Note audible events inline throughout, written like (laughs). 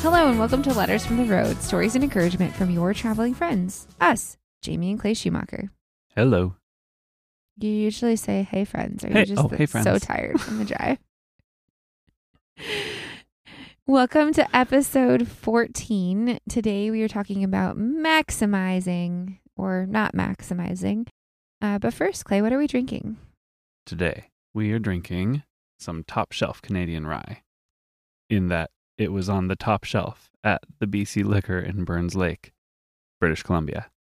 Hello, and welcome to Letters from the Road stories and encouragement from your traveling friends, us, Jamie and Clay Schumacher. Hello. You usually say, Hey, friends. Are Hey- you just oh, like, hey, so friends. tired (laughs) from the drive? welcome to episode 14. Today we are talking about maximizing or not maximizing. Uh, but first, Clay, what are we drinking? Today we are drinking some top shelf Canadian rye, in that it was on the top shelf at the BC Liquor in Burns Lake, British Columbia.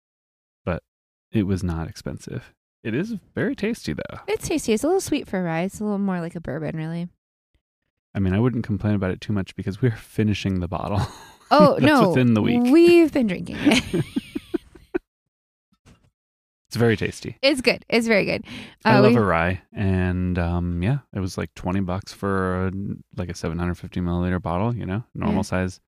But it was not expensive. It is very tasty, though. It's tasty. It's a little sweet for a rye. It's a little more like a bourbon, (laughs) really. I mean, I wouldn't complain about it too much because we're (laughs) finishing the bottle. (laughs) Oh, That's no. within the week. We've been drinking (laughs) it. it's very tasty. It's good. It's very good. I Uh, love we- a rye, and um, yeah, it was like twenty bucks for a, like a seven hundred fifty milliliter bottle. You know, normal Yeah. size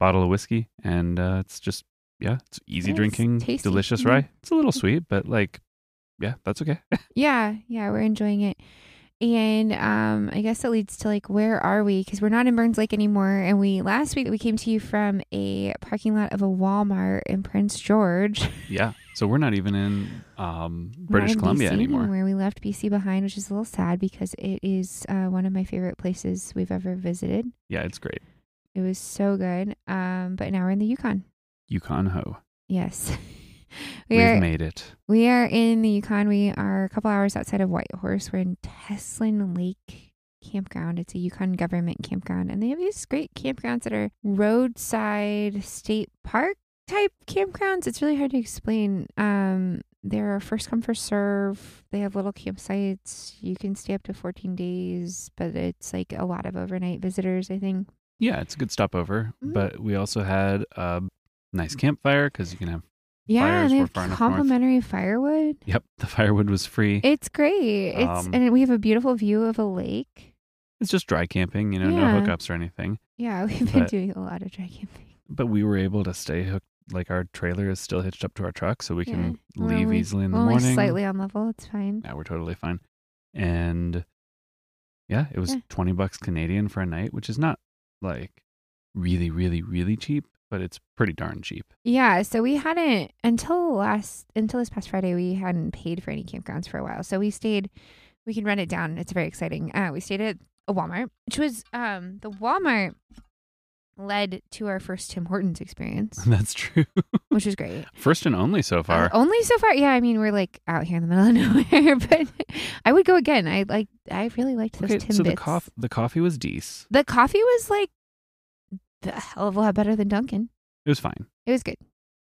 bottle of whiskey, and uh, it's just yeah, it's easy Yeah, it's drinking, tasty. delicious Mhm. rye. It's a little sweet, but like, yeah, that's okay. Yeah, yeah, we're enjoying it. And um, I guess that leads to like, where are we? Because we're not in Burns Lake anymore. And we last week we came to you from a parking lot of a Walmart in Prince George, (laughs) yeah, so we're not even in um, British not in Columbia BC anymore. Where we left BC behind, which is a little sad because it is uh, one of my favorite places we've ever visited. Yeah, it's great. It was so good. Um, but now we're in the Yukon. Yukon Ho, Yes, (laughs) we we've are. made it. We are in the Yukon. We are a couple hours outside of Whitehorse. We're in Teslin Lake Campground. It's a Yukon government campground, and they have these great campgrounds that are roadside state park type campgrounds. It's really hard to explain. Um, they're first come first serve. They have little campsites. You can stay up to fourteen days, but it's like a lot of overnight visitors. I think. Yeah, it's a good stopover, Mhm. but we also had a nice campfire because you can have. Yeah, Fires and they were have far enough north. complimentary firewood. Yep, the firewood was free. It's great. It's Um, and we have a beautiful view of a lake. It's just dry camping, you know, Yeah. no hookups or anything. Yeah, (laughs) we've been But- doing a lot of dry camping. But we were able to stay hooked. Like our trailer is still hitched up to our truck, so we can Yeah. We're leave only- easily in the We're only morning. slightly on level. It's fine. Yeah, we're totally fine. And yeah, it was Yeah. twenty bucks Canadian for a night, which is not like really, really, really cheap, but it's pretty darn cheap. (laughs) Yeah, so we hadn't until last until this past Friday we hadn't paid for any campgrounds for a while. So we stayed. We can run it down. It's very exciting. Uh, we stayed at a Walmart, which was um the Walmart led to our first Tim Hortons (laughs) experience, That's true. which was great. First and only so Uh, far. only so far. Yeah, I mean we're like out here in the middle of (laughs) nowhere, but I would go again. I like. I really liked those okay, Timbits. so the coffee the coffee was dece. The coffee was like the hell of a lot better than Dunkin'. It was fine. It was good.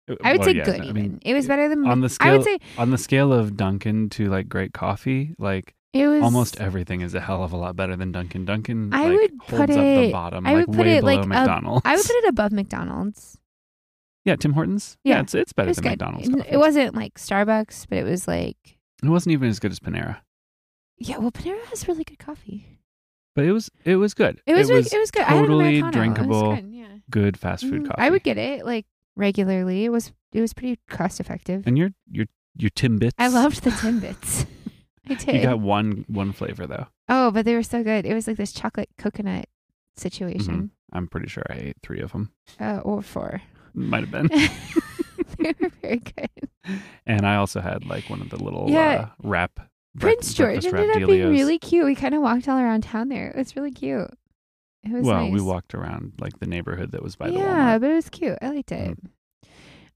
It- I would well, say yeah, good I even. mean, it was better than on the I would scale- say on the scale of Dunkin' to like great coffee, like it was almost everything is a hell of a lot better than Dunkin'. Dunkin' I like, would holds put up it- the bottom, I like would put way it, below like, up- McDonald's. I would put it above McDonald's. yeah, Tim Hortons. Yeah, it's it's it better was than good. McDonald's. N- coffee. It wasn't like Starbucks, but it was like It wasn't even as good as Panera, yeah. Well, Panera has really good coffee. but it was it was good. It was, really- it was good. I totally had an Americano. drinkable It was good. Yeah, good fast food Mhm. coffee. I would get it like regularly. It was it was pretty cost effective. and your your your Timbits. I loved the (laughs) Timbits. (laughs) I did. You got one one flavor though. oh, but they were so good. It was like this chocolate coconut Mm-hmm. situation. I'm pretty sure I ate three of them. Uh, or four. Might (laughs) have been. they were very good. and I also had like one of the little Yeah. uh, wrap. Prince breakfast George wrap ended up being dealios. really cute. We kind of walked all around town there. It was really cute. It was well. nice. We walked around like the neighborhood that was by the Walmart. Mm. yeah, but it was cute. I liked it.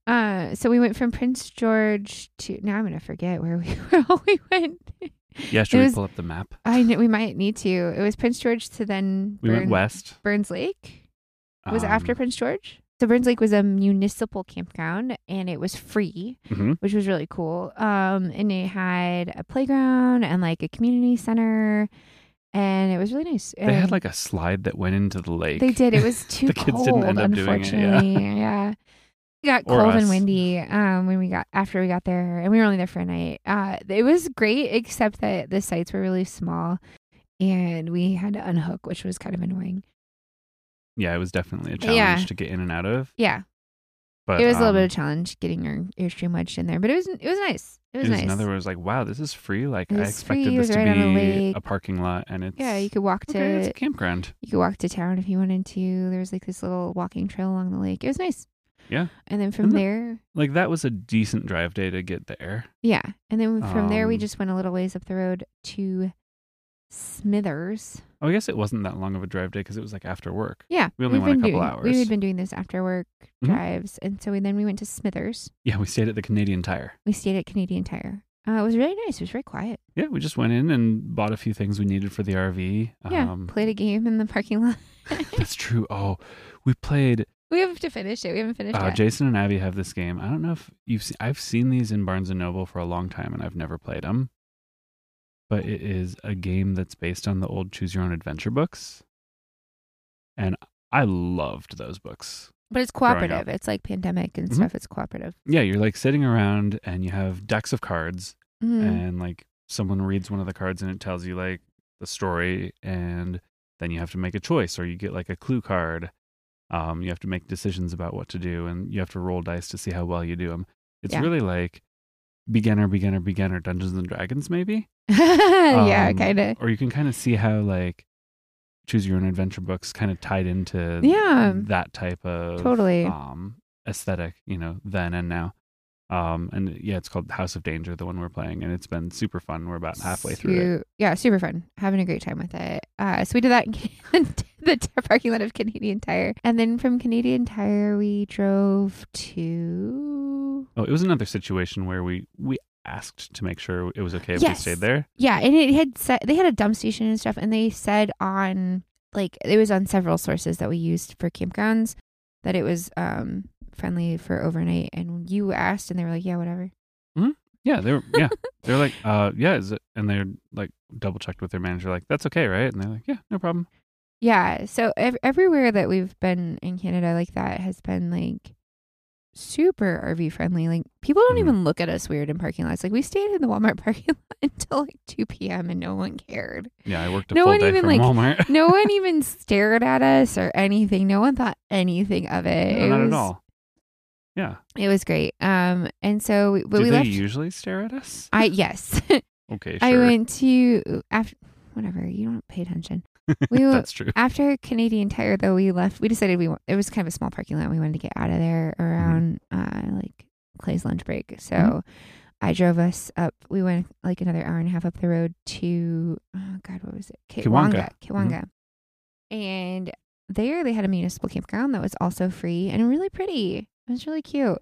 Uh, so we went from Prince George to now I'm gonna forget where we (laughs) where we went. Yeah, should It we was- pull up the map? I know we might need to. It was Prince George to then We went Burn- west. Burns Lake. Was it after Um, Prince George? So Burns Lake was a municipal campground and it was free. mhm. which was really cool. Um, and it had a playground and like a community center, and it was really nice. They had like a slide that went into the lake. they (laughs) did. It (laughs) was too The cold. kids didn't end up doing it, yeah. unfortunately, yeah. It got Or cold and us. windy um, when we got after we got there, and we were only there for a night. Uh, it was great, except that the sites were really small, and we had to unhook, which was kind of annoying. Yeah, it was definitely a challenge Yeah. to get in and out of. Yeah, But it was a little um, bit of a challenge getting your earstream wedged in there, but it was it was nice. It was is nice. another where it was like, wow, this is free. Like It I was expected free, it this was to right on a be lake. a parking lot, and it's yeah, you could walk to okay, it's a campground. you could walk to town if you wanted to. There was like this little walking trail along the lake. It was nice. Yeah. Mm-hmm. And then from And the- there, Like that was a decent drive day to get there. yeah, and then from there we Um, just went a little ways up the road to Smithers. Oh, I guess it wasn't that long of a drive day because it was like after work. Yeah, We only we've went a been couple doing- We hours. had been doing this after work Mhm. drives, and so we, then we went to Smithers. Yeah, we stayed at the Canadian Tire. We stayed at Canadian Tire. Uh, it was really nice. It was very quiet. Yeah, we just went in and bought a few things we needed for the RV. Yeah, played a game in the parking lot. (laughs) (laughs) that's true. Oh, we played. We have to finish it. We haven't finished Uh, it. Jason and Abby have this game. I don't know if you've seen. I've seen these in Barnes and Noble for a long time, and I've never played them. But it is a game that's based on the old Choose Your Own Adventure books, and I loved those books. but it's growing up. cooperative. It's like pandemic and Mhm. stuff. It's cooperative. Yeah, you're like sitting around and you have decks of cards, Mm. (laughs) and like someone reads one of the cards and it tells you like the story and then you have to make a choice or you get like a clue card um, you have to make decisions about what to do and you have to roll dice to see how well you do them it's Yeah. really like beginner beginner beginner dungeons and dragons maybe yeah, (laughs) Um, kind of. or you can kind of see how like choose your own adventure books kind of tied into Yeah. that type of Totally. um aesthetic you know then and now um and yeah it's called house of danger the one we're playing and it's been super fun we're about halfway through it Su- Yeah, super fun. Having a great time with it. Uh, so we did that in Can- (laughs) the t- parking lot of Canadian Tire, and then from Canadian Tire we drove to oh it was another situation where we we asked to make sure it was okay if Yes. we stayed there yeah, and it had said they had a dump station and stuff, and they said on like it was on several sources that we used for campgrounds that it was um friendly for overnight, and you asked, and they were like, yeah, whatever. yeah (laughs) they were yeah they're like uh yeah is it? and they're like double checked with their manager like that's okay right and they're like yeah no problem Yeah. So ev- everywhere that we've been in Canada like that has been like super RV friendly. Like people don't Mhm. even look at us weird in parking lots. Like we stayed in the Walmart (laughs) parking lot until like 2 p.m. and no one cared. yeah i worked a No full one day even, from like, walmart (laughs) No one even stared at us or anything. No one thought anything of it. No, it not was, at all yeah It was great. Um, and so we, but do we they left. usually stare at us? I (laughs) yes. Okay, sure. I went to after whatever. You don't pay attention. (laughs) We went. That's true. After Canadian Tire, though, we left. We decided we wa- it was kind of a small parking lot. We wanted to get out of there Mm-hmm. around uh, like Clay's lunch break. So Mhm. I drove us up. We went like another hour and a half up the road to oh God, what was it? Kiwanga. Mm-hmm. Kiwanga. And there they had a municipal campground that was also free and really pretty. It was really cute.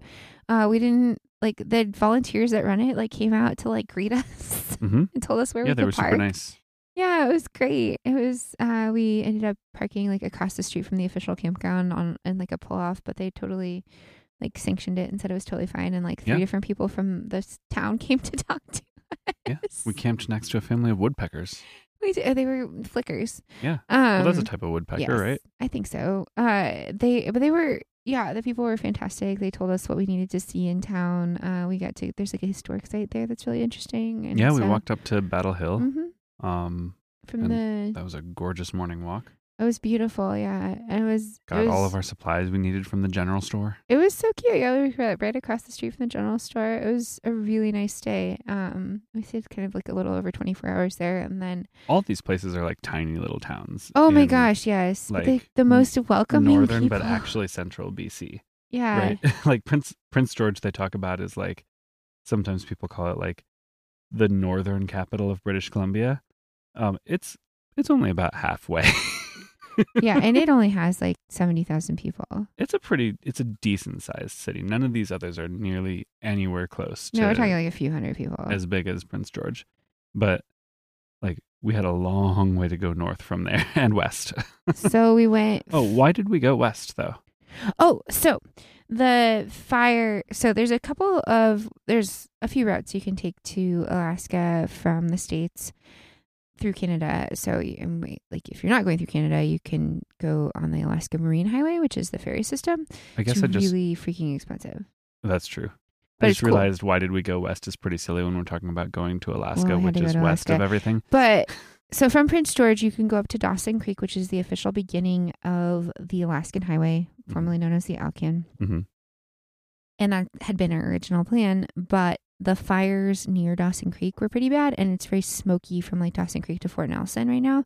Uh, we didn't like the volunteers that run it like came out to like greet (laughs) us hmm and told us where Yeah, we could they were park. super nice. Yeah, it was great. It was uh we ended up parking like across the street from the official campground on in like a pull off, but they totally like sanctioned it and said it was totally fine and like three Yeah. different people from this town (laughs) came to talk to (laughs) Yeah, us. We camped next to a family of woodpeckers. We did- they were flickers. Yeah. Um Well, that's a type of woodpecker, yes, right? I think so. Uh they but they were yeah, the people were fantastic. They told us what we needed to see in town. Uh we got to there's like a historic site there that's really interesting and Yeah, we so- walked up to Battle Hill. Mhm. Um, from the that was a gorgeous morning walk. it was beautiful, yeah. And it was Got it was, all of our supplies we needed from the general store. It was so cute. Yeah, we were right across the street from the general store. It was a really nice day. Um, we stayed kind of like a little over twenty four hours there, and then All these places are like tiny little towns. oh my in gosh, yes, But the, like, the most welcoming northern people. but actually central BC. yeah, right? (laughs) like Prince Prince George, they talk about is like sometimes people call it like the northern capital of British Columbia. Um, it's it's only about halfway. (laughs) yeah, and it only has like seventy thousand people. It's a pretty, it's a decent sized city. None of these others are nearly anywhere close to No, we're talking like a few hundred people. as big as Prince George, but like we had a long way to go north from there (laughs) and west. so we went. (laughs) Oh, why did we go west though? Oh, so the fire. So there's a couple of there's a few routes you can take to Alaska from the states through Canada. So you, and wait, like if you're not going through Canada, you can go on the Alaska Marine Highway, which is the ferry system. I guess it's I just really freaking expensive. That's true. But I it's just cool. realized why did we go west is pretty silly when we're talking about going to Alaska, Well, we had which to go is to west of Alaska. everything. But so from Prince George, you can go up to Dawson Creek, which is the official beginning of the Alaskan Highway, formerly known as the Alkin. Mhm. and that had been our original plan. But the fires near Dawson Creek were pretty bad, and it's very smoky from like Dawson Creek to Fort Nelson right now.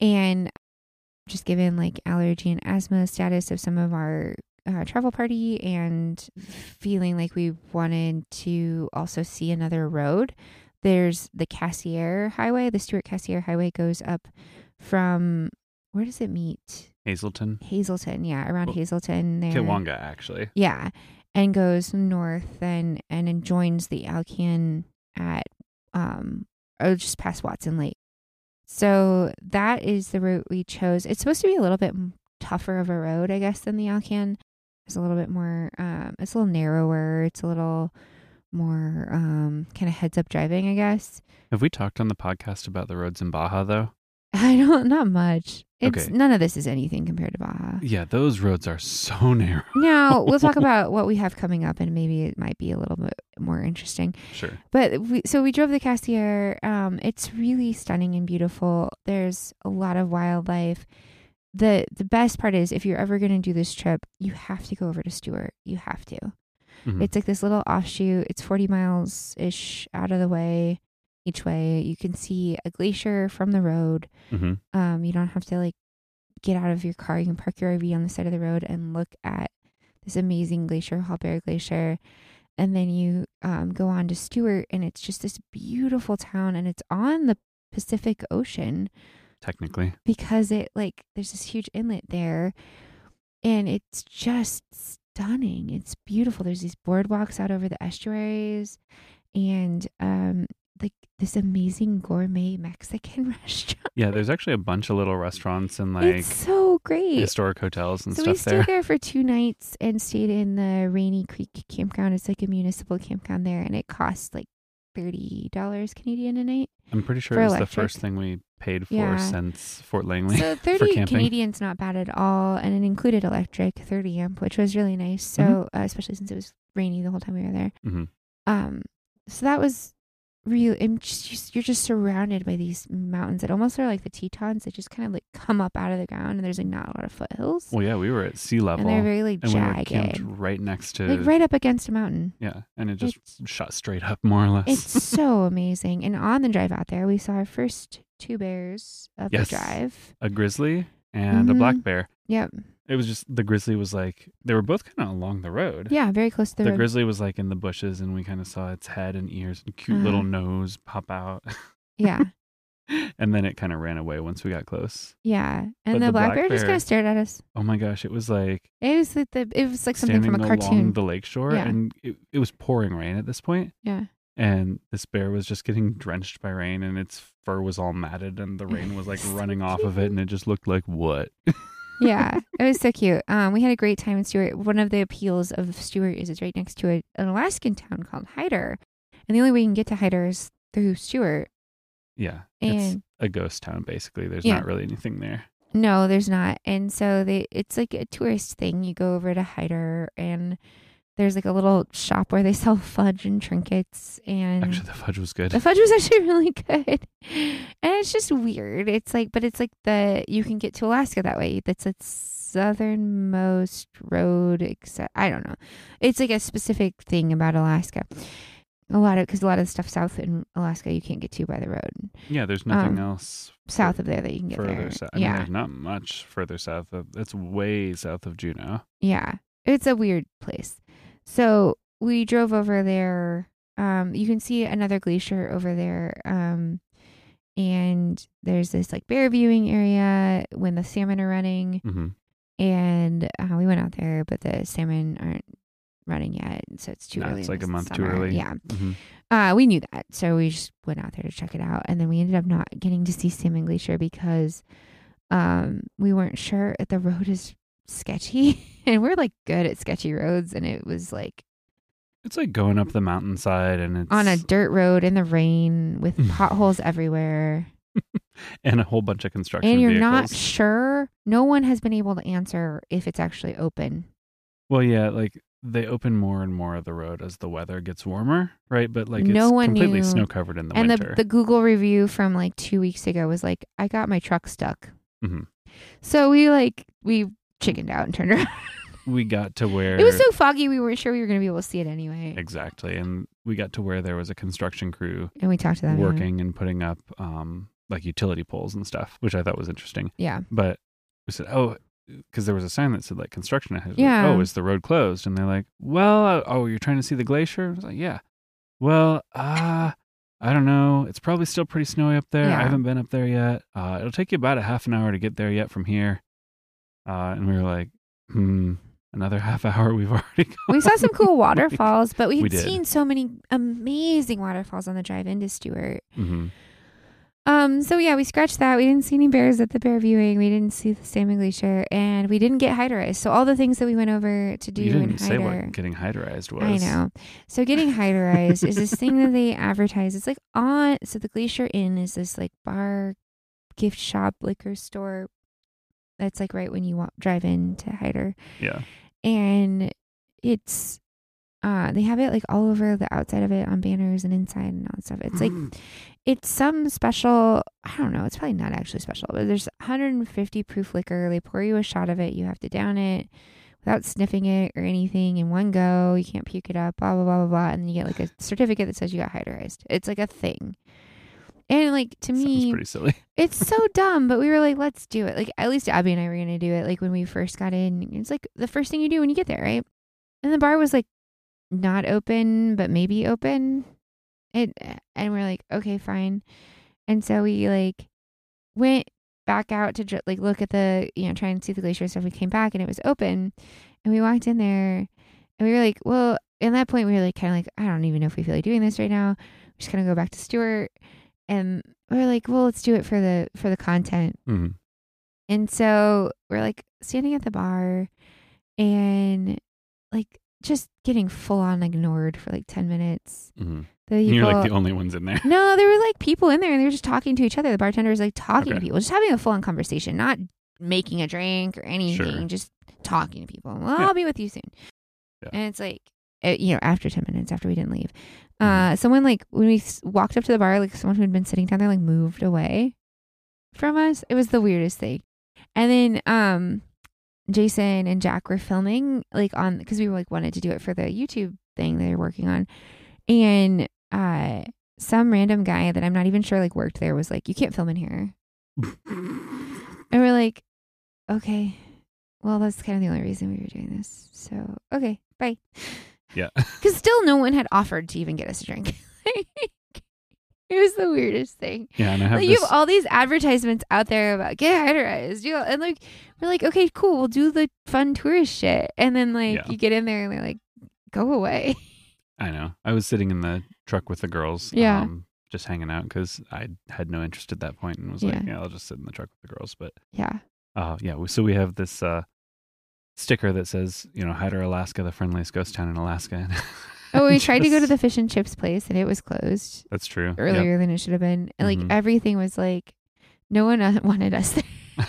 And just given like allergy and asthma status of some of our uh, travel party and feeling like we wanted to also see another road, there's the Cassier Highway. The Stuart Cassier Highway goes up from where does it meet? Hazleton, Hazleton, yeah, around Well, Hazleton there. Kitwanga, actually. Yeah, and goes north and and then joins the Alcan at um or just past Watson Lake. So that is the route we chose. It's supposed to be a little bit m- tougher of a road, I guess, than the Alcan. It's a little bit more. Um, it's a little narrower. It's a little more um kind of heads up driving, I guess. Have we talked on the podcast about the roads in Baja, though? (laughs) I don't. Not much. It's Okay. none of this is anything compared to Baja. Yeah, those roads are so (laughs) narrow. Now we'll talk about what we have coming up, and maybe it might be a little bit more interesting. Sure. But we, so we drove the Cassier. Um, it's really stunning and beautiful. There's a lot of wildlife. the The best part is if you're ever going to do this trip, you have to go over to Stewart. You have to. Mhm. It's like this little offshoot. It's 40 miles ish out of the way each way. You can see a glacier from the road. Mhm. Um, you don't have to like get out of your car. You can park your RV on the side of the road and look at this amazing glacier, Hall Bear Glacier. And then you um, go on to Stewart, and it's just this beautiful town, and it's on the Pacific Ocean Technically. because it like there's this huge inlet there and it's just stunning it's beautiful there's these boardwalks out over the estuaries and um like this amazing gourmet mexican (laughs) restaurant Yeah, there's actually a bunch of little restaurants and like it's so great historic hotels and so we stuff stayed there. there. for two nights and stayed in the Rainy Creek campground. It's like a municipal campground there, and it costs like thirty dollars Canadian a (laughs) night. I'm pretty sure for it was the electric. first thing we paid for Yeah. since Fort Langley. So for 30 camping. Canadians not bad at all, and it included electric 30 amp, which was really nice. So Mm-hmm. uh, especially since it was rainy the whole time we were there. Mhm. Um, so that was real. And just, just- you're just surrounded by these mountains that almost are like the Tetons. They just kind of like come up out of the ground, and there's like not a lot of foothills, (laughs) Well, yeah, we were at sea level and they're very like and we were camped jagged, right next to like right up against a mountain. yeah, and it just shot straight up more or less. It's so amazing. And on the drive out there, we saw our first two bears of Yes. the drive. a grizzly and a black Mhm. bear. Yep. It was just the grizzly was like they were both kind of along the road. Yeah, very close to the, The road. grizzly was like in the bushes, and we kind of saw its head and ears and cute Uh-huh. little nose pop out, (laughs) yeah. and then it kind of ran away once we got close. Yeah, But and the, the black, black bear, just kind bear- of stared at us. Oh my gosh, it was like It was like the it was like something standing from a along cartoon. the lakeshore, Yeah. and it, it was pouring rain at this point, yeah, and this bear was just getting drenched by rain, and its fur was all matted, and the rain was like (laughs) So running off of it, and it just looked like what? (laughs) yeah, it was so cute. Um, we had a great time in Stewart. One of the appeals of Stewart is it's right next to a, an Alaskan town called Hyder, and the only way you can get to Hyder is through Stewart. Yeah, it's And a ghost town basically. There's Yeah. not really anything there. no, there's not. And so they it's like a tourist thing. You go over to Hyder, and there's like a little shop where they (laughs) sell fudge and trinkets and Actually, the fudge was good. The fudge was (laughs) actually really good. And it's just weird. It's like, but it's like the, you can get to Alaska that way. That's the southernmost road, except, I don't know. It's like a specific thing about Alaska. A lot of, because a lot of the stuff south in Alaska you can't get to by the road. Yeah, there's nothing um, else South of there that you can get further there. south. I mean, yeah. there's not much further south. Of, that's way south of Juneau. Yeah. It's a weird place. So we drove over there. Um, you can see another glacier over there. Um, and there's this like bear viewing area when the salmon are running. hmm And uh, we went out there, but the salmon aren't running yet. So it's too No, early. it's in like the a month too summer. early. Yeah. hmm Uh, we knew that. So we just went out there to check it out. And then we ended up not getting to see Salmon Glacier because um, we weren't sure if the road is sketchy. (laughs) and we're like good at sketchy roads. And it was like It's like going up the mountainside, and it's Hmm. on a dirt road in the rain with potholes everywhere. and a whole bunch of construction. And you're vehicles. not sure. No one has been able to answer if it's actually open. Well, yeah, like they open more and more of the road as the weather gets warmer, right? But like it's No one completely knew. snow covered in the and winter. the the Google review from like two weeks ago was like, "I got my truck stuck." Mhm. So we like we chickened out and turned around. we got to where It was so foggy, we weren't sure we were going to be able to see it anyway. exactly, and we got to where there was a construction crew And we talked to them. about it. working and putting up um like utility poles and stuff, which I thought was interesting. Yeah. But we said, oh, because there was a sign that said like construction ahead. Like, Yeah. oh, is the road closed? And they're like, well, uh, oh, you're trying to see the glacier? I was like, yeah. Well, uh, I don't know. It's probably still pretty snowy up there. Yeah. I haven't been up there yet. Uh, it'll take you about a half an hour to get there yet from here. Uh, and we were like, hmm, another (laughs) half hour we've already gone. We saw some (laughs) cool waterfalls, but we We had did. seen so many amazing waterfalls on the drive into Stewart. hmm Um, so yeah, we scratched that. We didn't see any bears at the bear viewing. We didn't see the salmon glacier, and we didn't get hydrized. So all the things that we went over to do You in didn't say Hyder, what getting hydrized was. I know. So getting hydrized is this thing that they advertise. It's like on. So the Glacier Inn is this like bar, gift shop, liquor store. That's like right when you walk, drive in to Hyder Yeah. and it's uh they have it like all over the outside of it on banners and inside and all that stuff it's like Mm-hmm. it's some special i don't know it's probably not actually special but there's 150 proof liquor they pour you a shot of it you have to down it without sniffing it or anything in one go you can't puke it up blah blah blah blah blah and then you get like a certificate that says you got hydrized it's like a thing and like to Sounds me pretty silly. (laughs) it's so dumb, but we were like, let's do it. Like, at least Abby and I were going to do it. Like, when we first got in, it's like the first thing you do when you get there, right? And the bar was like not open, but maybe open. It, and we're like, okay, fine. And so we like went back out to dr- like look at the, you know, try and see the glacier and stuff. We came back and it was open. And we walked in there and we were like, well, at that point, we were like, kind of like, I don't even know if we feel like doing this right now. We're just going to go back to Stewart. And we we're like, well, let's do it for the for the content. hmm And so we're like standing at the bar and like just getting full on ignored for like 10 minutes. hmm The You're people- like the only ones in there. (laughs) no, there were like people in there and they were just talking to each other. The bartender was like talking to Okay. people, just having a full on conversation, not making a drink or anything, Sure. just talking to people. Well, Yeah. I'll be with you soon. Yeah. And it's like, uh, you know, after 10 minutes after we didn't leave, uh, Mhm. someone like when we s- walked up to the bar, like someone who had been sitting down there, like moved away from us. It was the weirdest thing. And then, um, Jason and Jack were filming like on because we like wanted to do it for the YouTube thing they were working on, and uh, some random guy that I'm not even sure like worked there was like, "You can't film in here," and we're like, "Okay, well that's kind of the only reason we were doing this." So okay, bye. (laughs) Yeah. Because still, no one had offered to even get us a drink. (laughs) it was the weirdest thing. Yeah, and I have Like, this. you have all these advertisements out there about get hydrized, you know, and like we're like, okay, cool, we'll do the fun tourist shit, and then like Yeah. you get in there and they're like, go away. (laughs) I know. I was sitting in the truck with the girls. Yeah. Um, just hanging out because I had no interest at that point and was Yeah. like, yeah, I'll just sit in the truck with the girls. But Yeah, (laughs) uh, yeah, we- so we have this uh, sticker that says, you know, Hyder, Alaska, the friendliest ghost town in Alaska. (laughs) Oh, we tried to go to Just- the fish and chips place and it was closed That's true. earlier than it should have been. And like Mhm. everything was like, no one (laughs) uh, wanted us there. Yep.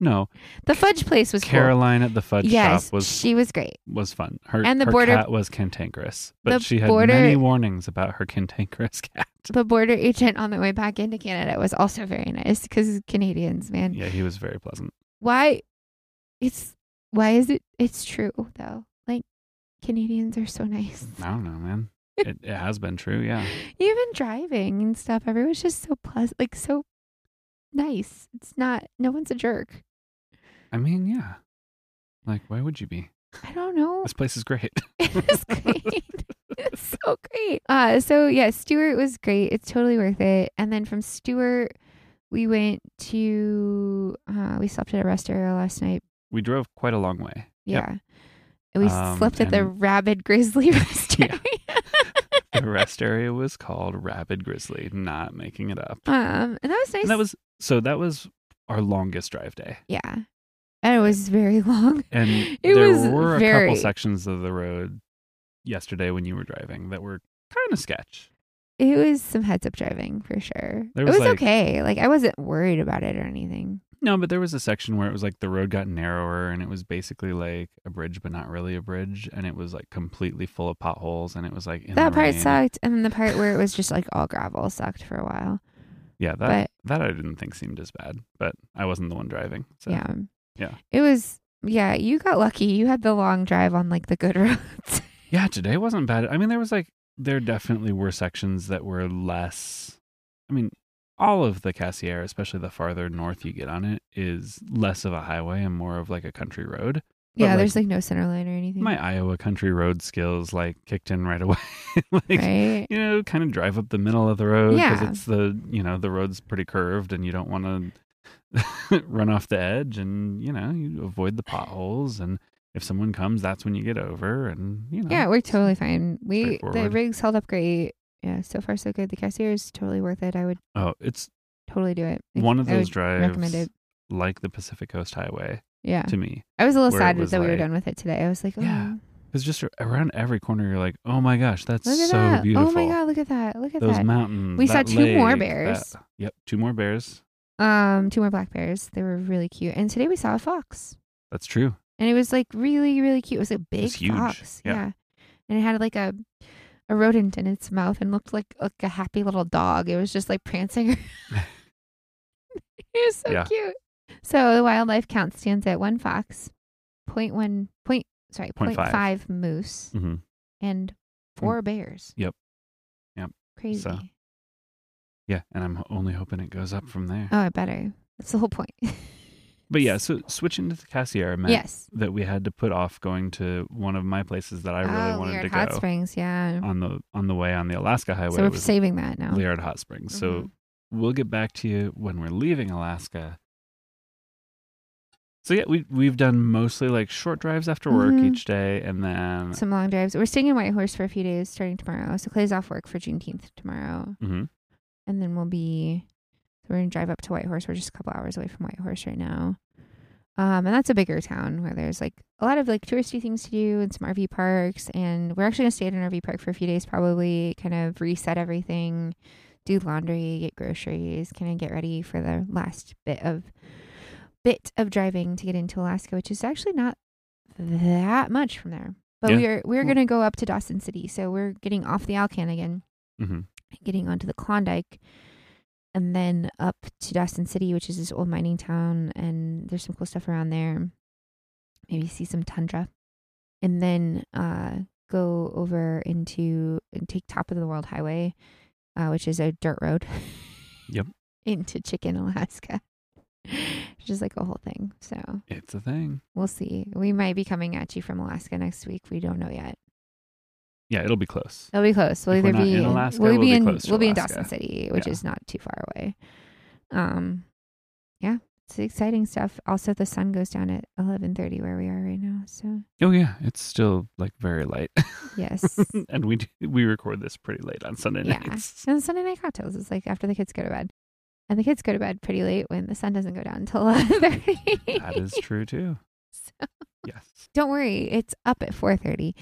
no, The fudge place was Caroline at the cool. fudge yes, shop was she was great. was fun. Her And the her border- cat was cantankerous, the but she had border- many warnings about her cantankerous (laughs) cat. The border agent on the way back into Canada was also very nice because Canadians, man. Yeah, he was very pleasant. Why? It's why is it? It's true though. Like Canadians are so nice. (laughs) I don't know, man. It, it has been true, yeah. Even driving and stuff, everyone's just so pleasant, like so nice. It's not. No one's a jerk. I mean, yeah. Like, why would you be? I don't know. This place is great. (laughs) It was great. it's so great. Uh, so yeah, Stewart was great. It's totally worth it. And then from Stewart, we went to uh, we slept at a rest area last night. (laughs) We drove quite a long way. Yep. Yeah, we Um, slept at the and- Rabid Grizzly (laughs) Rest Yeah. area. (laughs) The rest area was called Rabid Grizzly, not making it up. um, and that was nice. And that was so that was our longest drive day. yeah, and it was very long. (laughs) And It there was were a very- couple sections of the road yesterday when you were driving that were kind of sketch. It was some heads up driving for sure. There it was, was like- okay. Like I wasn't worried about it or anything. No, but there was a section where it was like the road got narrower and it was basically like a bridge but not really a bridge and it was like completely full of potholes and it was like in That the part rain. sucked, and then the part where it was just like all gravel sucked for a while. Yeah, that that I didn't think seemed as bad, but I wasn't the one driving. So Yeah. yeah. It was Yeah, you got lucky. You had the long drive on like the good (laughs) roads. Yeah, today wasn't bad. I mean, there was like there definitely were sections that were less. I mean, all of the Cassier, especially the farther north you get on it, is less of a highway and more of like a country road. But, yeah, like, there's like no center line or anything. My Iowa country road skills like kicked in right away. (laughs) like right? you know, kind of drive up the middle of the road because Yeah. it's the you know the road's pretty curved and you don't want to (laughs) run off the edge and you know you avoid the potholes and if someone comes that's when you get over and you know Yeah, we're totally fine. We the Straightforward. rigs held up great. Yeah, so far so good. The Cassier is totally worth it. I would oh it's totally do it. Like, one of I those would drives recommend it. like the Pacific Coast Highway Yeah, to me I was a little where it sad was that we were like- done with it today. I was like, oh, Yeah. because just around every corner you're like oh my gosh that's look at so that! beautiful Oh my god, look at that! Look at those that! mountains We saw that two more lake, bears. that- yep two more bears um, two more black bears. They were really cute. And today we saw a fox, that's true and it was like really, really cute. It was a big huge. fox. Yeah. and it had like a a rodent in its mouth and looked like like a happy little dog. It was just like prancing. (laughs) around. it was so Yeah. cute. So the wildlife count stands at one fox, point one point sorry Point point five. five moose, hmm and four bears. Yep. Yep. Crazy. yeah and i'm only hoping it goes up from there Oh, I better. That's the whole point. But yeah, so switching to the Cassiera meant yes. that we had to put off going to one of my places that I really oh, wanted Leeward to Hot go Oh, Springs. Yeah. on the on the way on the Alaska Highway. so we're was saving that now. Liard Hot Springs. So Mhm. we'll get back to you when we're leaving Alaska. So yeah, we we've done mostly like short drives after work Mhm. each day, and then Some long drives. We're staying in Whitehorse for a few days starting tomorrow. So Clay's off work for Juneteenth tomorrow. Mhm. and then we'll be we're gonna drive up to Whitehorse. We're just a couple hours away from Whitehorse right now, um, and that's a bigger town where there's like a lot of like touristy things to do and some RV parks. And we're actually gonna stay at an RV park for a few days, probably kind of reset everything, do laundry, get groceries, kind of get ready for the last bit of bit of driving to get into Alaska, which is actually not that much from there. But Yeah. we are we're Well- gonna go up to Dawson City, so we're getting off the Alcan again Mhm. getting onto the Klondike and then up to Dawson City, which is this old mining town, and there's some cool stuff around there. Maybe see some tundra. And then uh, go over into and take top of the world highway, uh, which is a dirt road. (laughs) Yep. Into Chicken, Alaska. (laughs) Which is like a whole thing. So it's a thing. we'll see. We might be coming at you from Alaska next week. We don't know yet. Yeah, it'll be close. It'll be close. We'll If we're either not be in Alaska, we'll, we'll be be in close to we'll be in Alaska. Dawson City, which Yeah. is not too far away. Um, yeah, it's exciting stuff. Also, the sun goes down at eleven thirty where we are right now. So Oh yeah, it's still like very light, yes, (laughs) and we do, we record this pretty late on Sunday Yeah. (laughs) nights. and Sunday night cocktails is like after the kids go to bed, and the kids go to bed pretty late when the sun doesn't go down until (laughs) eleven thirty. That is true too. So- Yes. don't worry it's up at 4.30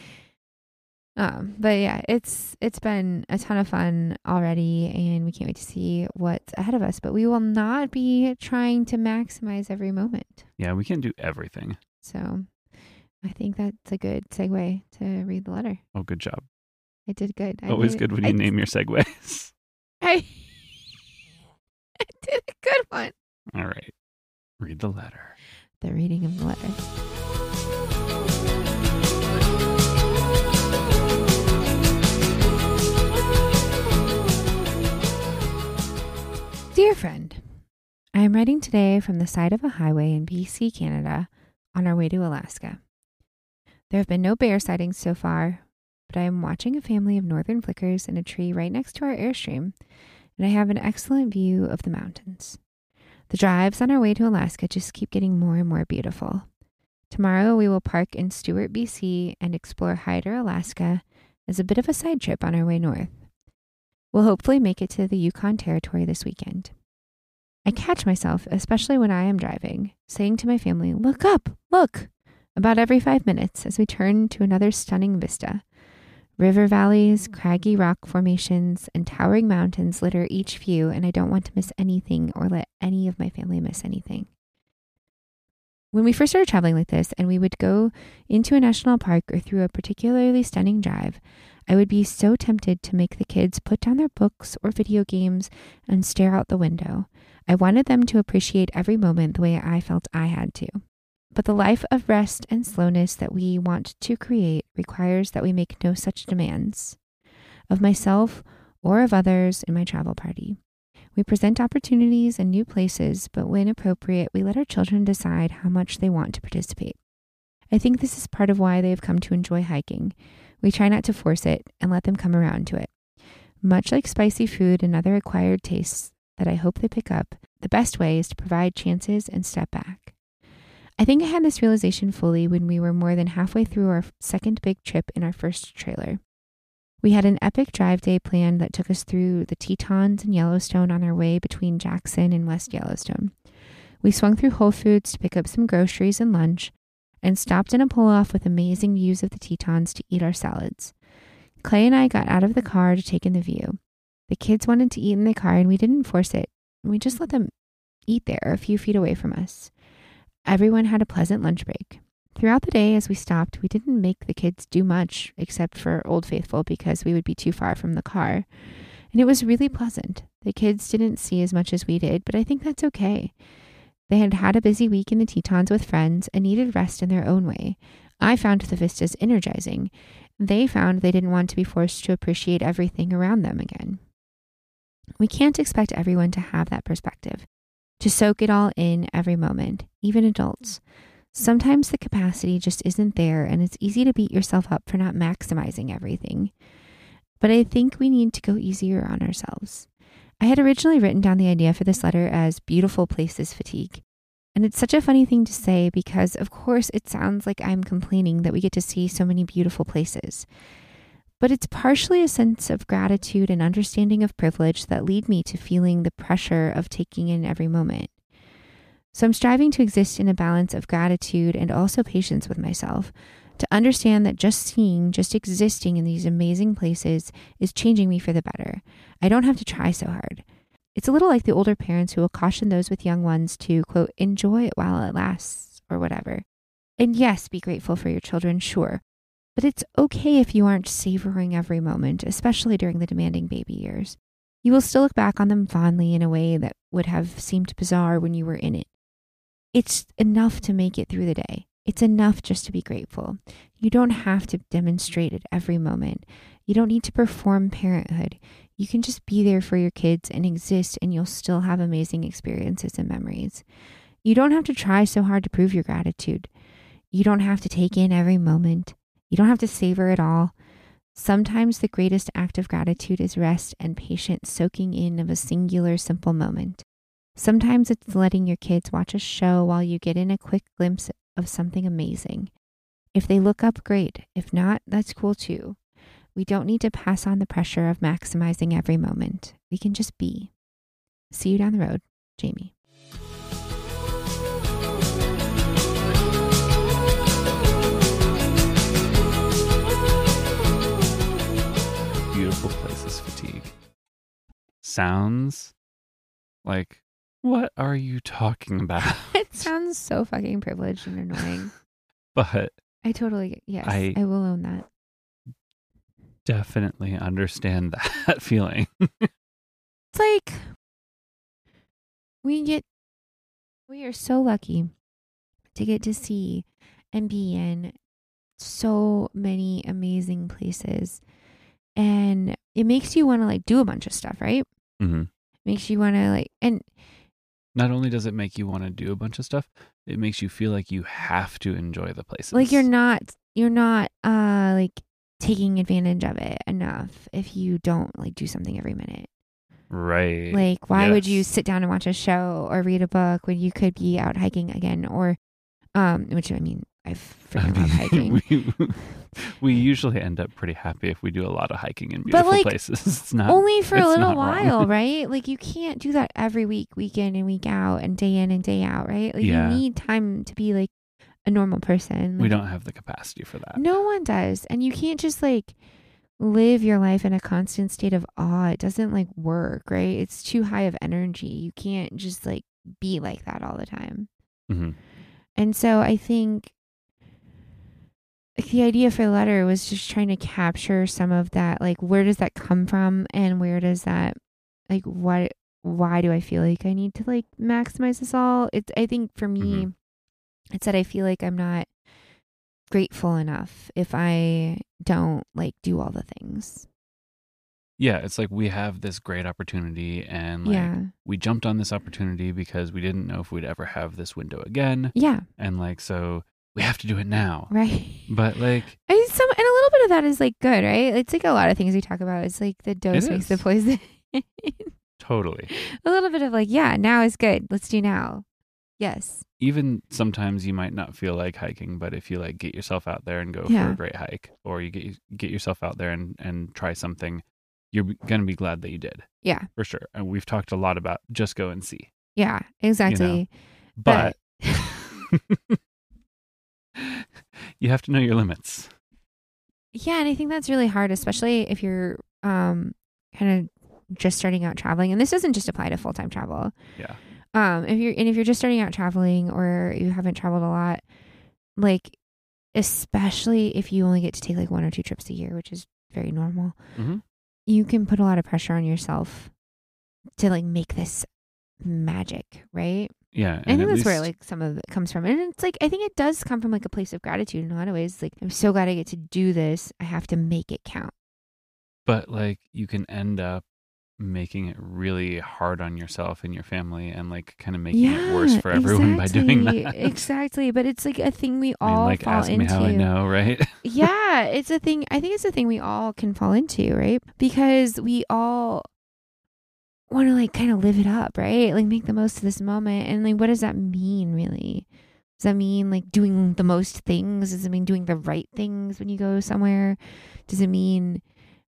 um but yeah it's it's been a ton of fun already and we can't wait to see what's ahead of us but we will not be trying to maximize every moment Yeah, we can't do everything. so i think that's a good segue to read the letter Oh, good job. i did good I Always did- good when you I- name your segues. (laughs) (laughs) I, I did a good one All right. Read the letter. the reading of the letter Dear friend, I am writing today from the side of a highway in BC, Canada, on our way to Alaska. There have been no bear sightings so far, but I am watching a family of northern flickers in a tree right next to our airstream, and I have an excellent view of the mountains. The drives on our way to Alaska just keep getting more and more beautiful. Tomorrow we will park in Stewart, BC, and explore Hyder, Alaska, as a bit of a side trip on our way north. We'll hopefully make it to the Yukon Territory this weekend. I catch myself, especially when I am driving, saying to my family, Look up, look, about every five minutes as we turn to another stunning vista. River valleys, craggy rock formations, and towering mountains litter each view, and I don't want to miss anything or let any of my family miss anything. When we first started traveling like this, and we would go into a national park or through a particularly stunning drive, I would be so tempted to make the kids put down their books or video games and stare out the window. I wanted them to appreciate every moment the way I felt I had to. But the life of rest and slowness that we want to create requires that we make no such demands of myself or of others in my travel party. We present opportunities and new places, but when appropriate, we let our children decide how much they want to participate. I think this is part of why they have come to enjoy hiking. We try not to force it and let them come around to it. Much like spicy food and other acquired tastes that I hope they pick up, the best way is to provide chances and step back. I think I had this realization fully when we were more than halfway through our second big trip in our first trailer. We had an epic drive day planned that took us through the Tetons and Yellowstone on our way between Jackson and West Yellowstone. We swung through Whole Foods to pick up some groceries and lunch, and stopped in a pull off with amazing views of the Tetons to eat our salads. Clay and I got out of the car to take in the view. The kids wanted to eat in the car, and we didn't force it. We just let them eat there a few feet away from us. Everyone had a pleasant lunch break. Throughout the day, as we stopped, we didn't make the kids do much except for Old Faithful because we would be too far from the car. And it was really pleasant. The kids didn't see as much as we did, but I think that's okay. They had had a busy week in the Tetons with friends and needed rest in their own way. I found the vistas energizing. They found they didn't want to be forced to appreciate everything around them again. We can't expect everyone to have that perspective, to soak it all in every moment, even adults. Sometimes the capacity just isn't there, and it's easy to beat yourself up for not maximizing everything. But I think we need to go easier on ourselves. I had originally written down the idea for this letter as beautiful places fatigue. And it's such a funny thing to say because, of course, it sounds like I'm complaining that we get to see so many beautiful places. But it's partially a sense of gratitude and understanding of privilege that lead me to feeling the pressure of taking in every moment. So I'm striving to exist in a balance of gratitude and also patience with myself, to understand that just seeing, just existing in these amazing places is changing me for the better. I don't have to try so hard. It's a little like the older parents who will caution those with young ones to, quote, enjoy it while it lasts, or whatever. And yes, be grateful for your children, sure. But it's okay if you aren't savoring every moment, especially during the demanding baby years. You will still look back on them fondly in a way that would have seemed bizarre when you were in it. It's enough to make it through the day. It's enough just to be grateful. You don't have to demonstrate at every moment. You don't need to perform parenthood. You can just be there for your kids and exist, and you'll still have amazing experiences and memories. You don't have to try so hard to prove your gratitude. You don't have to take in every moment. You don't have to savor it all. Sometimes the greatest act of gratitude is rest and patient soaking in of a singular, simple moment. Sometimes it's letting your kids watch a show while you get in a quick glimpse of something amazing. If they look up, great. If not, that's cool too. We don't need to pass on the pressure of maximizing every moment. We can just be. See you down the road, Jamie. Beautiful places fatigue. Sounds like, what are you (laughs) talking about? (laughs) It sounds so fucking privileged and (laughs) annoying. but I totally, yes, I, I- will own that. definitely understand (laughs) that feeling. It's like we get, we are so lucky to get to see and be in so many amazing places. And it makes you want to like do a bunch of stuff, right? Mm-hmm. Makes you want to like, and Not only does it make you want to do a bunch of stuff, it makes you feel like you have to enjoy the places. like you're not you're not uh like taking advantage of it enough if you don't like do something every minute right. (laughs) like why would you yes. sit down and watch a show or read a book when you could be out hiking again or um which i mean i freaking I love hiking mean, (laughs) We, we usually end up pretty happy if we do a lot of hiking in But, beautiful like, places. (laughs) It's not only for a it's little not wrong. while (laughs) right like you can't do that every week week in and week out and day in and day out right like Yeah. you need time to be like a normal person we Like, don't have the capacity for that. No one does. And you can't just like live your life in a constant state of awe. It doesn't like work, right? It's too high of energy. You can't just like be like that all the time. Mhm. And so I think like, the idea for the letter was just trying to capture some of that like where does that come from and where does that like what why do I feel like I need to like maximize this all? It's I think for me Mm-hmm. It said, I feel like I'm not grateful enough if I don't like do all the things. Yeah, it's like we have this great opportunity and like yeah. we jumped on this opportunity because we didn't know if we'd ever have this window again Yeah. and like so we have to do it now. Right. But like (laughs) I mean, some and a little bit of that is like good, right? It's like a lot of things we talk about. It's like the dose It makes the is. poison. (laughs) totally. a little bit of like, yeah, now is good. Let's do now. Yes. Even sometimes you might not feel like hiking, but if you like get yourself out there and go for Yeah. a great hike or you get get yourself out there and and try something, you're going to be glad that you did. Yeah. For sure. And we've talked a lot about just go and see. Yeah. Exactly. But (laughs) (laughs) you have to know your limits. yeah, and I think that's really hard, especially if you're um kind of just starting out traveling. And this doesn't just apply to full time travel. Yeah. Um, if you're and if you're just starting out traveling or you haven't traveled a lot, like especially if you only get to take like one or two trips a year, which is very normal, Mhm. you can put a lot of pressure on yourself to like make this magic, right? Yeah. I and think at that's where least- like some of it comes from. And it's like I think it does come from like a place of gratitude in a lot of ways. Like I'm so glad I get to do this. I have to make it count. but like you can end up making it really hard on yourself and your family and like kind of making it worse for everyone by doing exactly, that. (laughs) Exactly. But it's like a thing we I mean, all like fall ask into. me how I know, right? (laughs) yeah, it's a thing. I think it's a thing we all can fall into, right? Because we all want to like kind of live it up, right? Like make the most of this moment. And like, what does that mean, really? Does that mean like doing the most things? Does it mean doing the right things when you go somewhere? Does it mean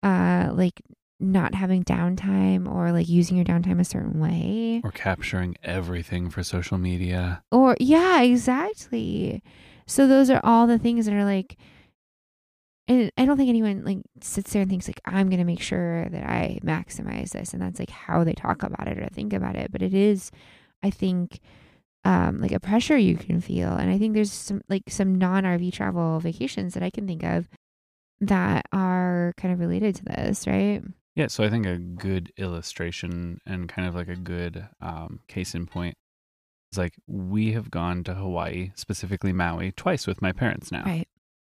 uh like not having downtime or like using your downtime a certain way? or capturing everything for social media. Or yeah, exactly. So those are all the things that are like and I don't think anyone like sits there and thinks like I'm going to make sure that I maximize this and that's like how they talk about it or think about it, but it is I think um like a pressure you can feel and I think there's some like some non-RV travel vacations that I can think of that are kind of related to this, right? Yeah, so I think a good illustration and kind of like a good um, case in point is like we have gone to Hawaii, specifically Maui, twice with my parents now. Right.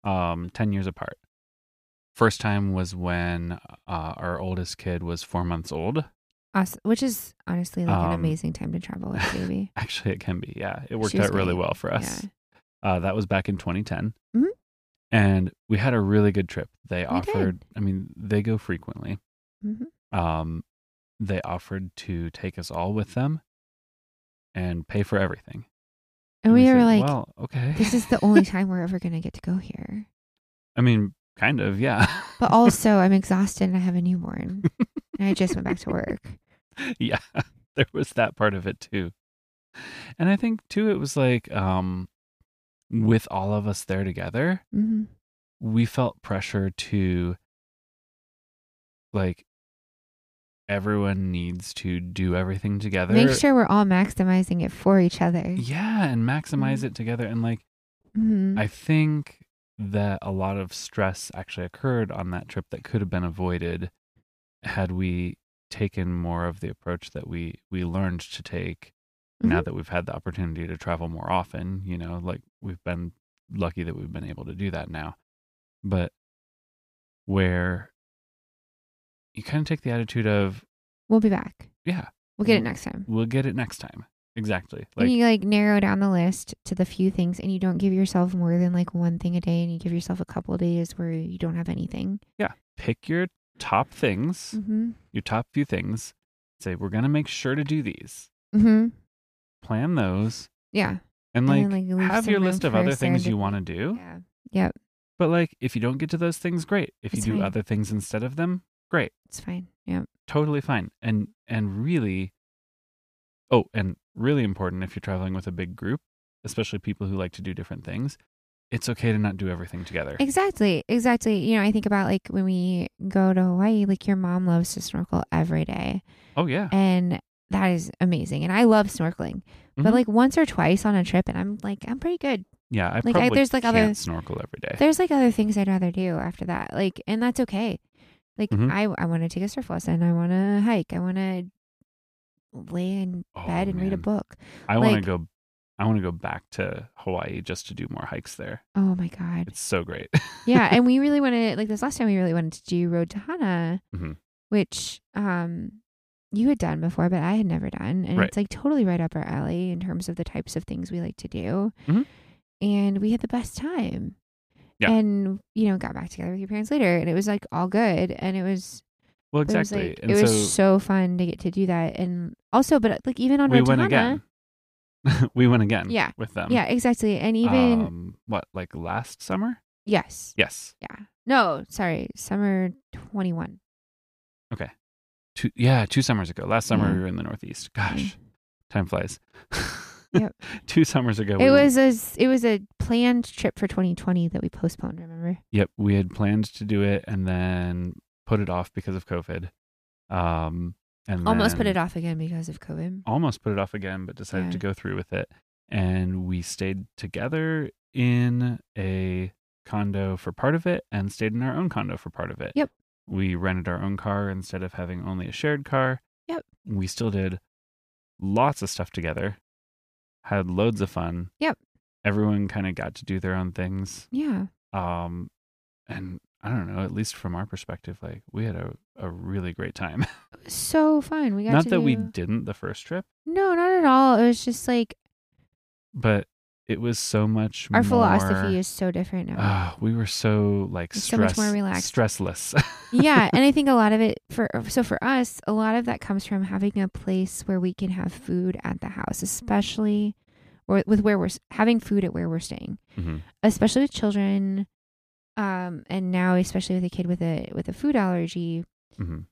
um, 10 years apart. First time was when uh, our oldest kid was four months old. Awesome. Which is honestly like an Um, amazing time to travel with a baby. Actually, it can be. Yeah. It worked She was out really great. well for us. Yeah. Uh, that was back in 2010. Mhm. And we had a really good trip. They offered, did. I mean, they go frequently. Mhm. Um, they offered to take us all with them and pay for everything. And we, were said, like well, okay. this is the only time we're ever going to get to go here. I mean, kind of, yeah. (laughs) But also, I'm exhausted and I have a newborn. And I just went back to work. yeah there was that part of it too and i think too it was like um with all of us there together hmm we felt pressure to like everyone needs to do everything together Make sure we're all maximizing it for each other. yeah and maximize Mm-hmm. it together and like hmm i think that a lot of stress actually occurred on that trip that could have been avoided had we taken more of the approach that we we learned to take now Mhm. that we've had the opportunity to travel more often, you know, like we've been lucky that we've been able to do that now. But where you kind of take the attitude of, We'll be back. yeah, We'll get it next time. we'll get it next time. Exactly. and Like, you like narrow down the list to the few things, and you don't give yourself more than like one thing a day, and you give yourself a couple days where you don't have anything. pick your top things, Mm-hmm. your top few things, say, we're going to make sure to do these, Mm-hmm. plan those, Yeah. and And like, then, like, leave have some your room list of for other things you serendipity. want to do. Yeah. Yep. But like, if you don't get to those things, great. If you It's do fine. other things instead of them, great. It's fine. Yep. totally fine and and really oh and really important if you're traveling with a big group especially people who like to do different things it's okay to not do everything together Exactly, exactly. You know, I think about like when we go to Hawaii, like your mom loves to snorkel every day, oh yeah and that is amazing. And I love snorkeling, Mhm. but like once or twice on a trip, and I'm like, I'm pretty good. yeah i I- probably there's, like, can't other- snorkel every day There's like other things I'd rather do after that, like, and that's okay. Like Mhm. I, I want to take a surf lesson. I want to hike. I want to lay in Oh, bed and read a man. book. i want to like- go I want to go back to Hawaii just to do more hikes there. Oh my God. It's so great. (laughs) yeah. And we really wanted, like this last time, we really wanted to do Road to Hana, Mhm. which um, you had done before, but I had never done. And Right. it's like totally right up our alley in terms of the types of things we like to do. Mhm. And we had the best time. Yeah. And, you know, got back together with your parents later. And it was like all good. And it was, Well, but exactly. It was, like, it was so fun to get to do that. And also, but like even on we Road to went Hana- again. we went again. Oh, (laughs) Yeah. With them. Yeah, exactly. And even, um, what like last summer? yes. Yes. Yeah. No, sorry. Summer 21. Two. Yeah, two summers ago. Last summer Yeah. we were in the Northeast. Gosh, time flies. Yep. (laughs) two summers ago. we It were- was a s- it was a planned trip for 2020 that we postponed, remember? Yep, we had planned to do it and then put it off because of COVID. Um, and Almost then put it off again because of COVID. Almost put it off again, but decided Yeah. to go through with it. And we stayed together in a condo for part of it, and stayed in our own condo for part of it. Yep. We rented our own car instead of having only a shared car. Yep. We still did lots of stuff together. Had loads of fun. Yep. Everyone kind of got to do their own things Yeah. um and i don't know at least from our perspective like we had a, a really great time It was so fun. We got not to that we do- didn't the first trip No, not at all. It was just like but it was so much our more, philosophy is so different now. Ah, (sighs) we were so like It's so much stress, more relaxed. stressless (laughs) (laughs) yeah, and I think a lot of it for so for us, a lot of that comes from having a place where we can have food at the house, especially or with where we're s- having food at where we're staying. Mhm. especially with children um and now especially with a kid with a with a food allergy Mhm.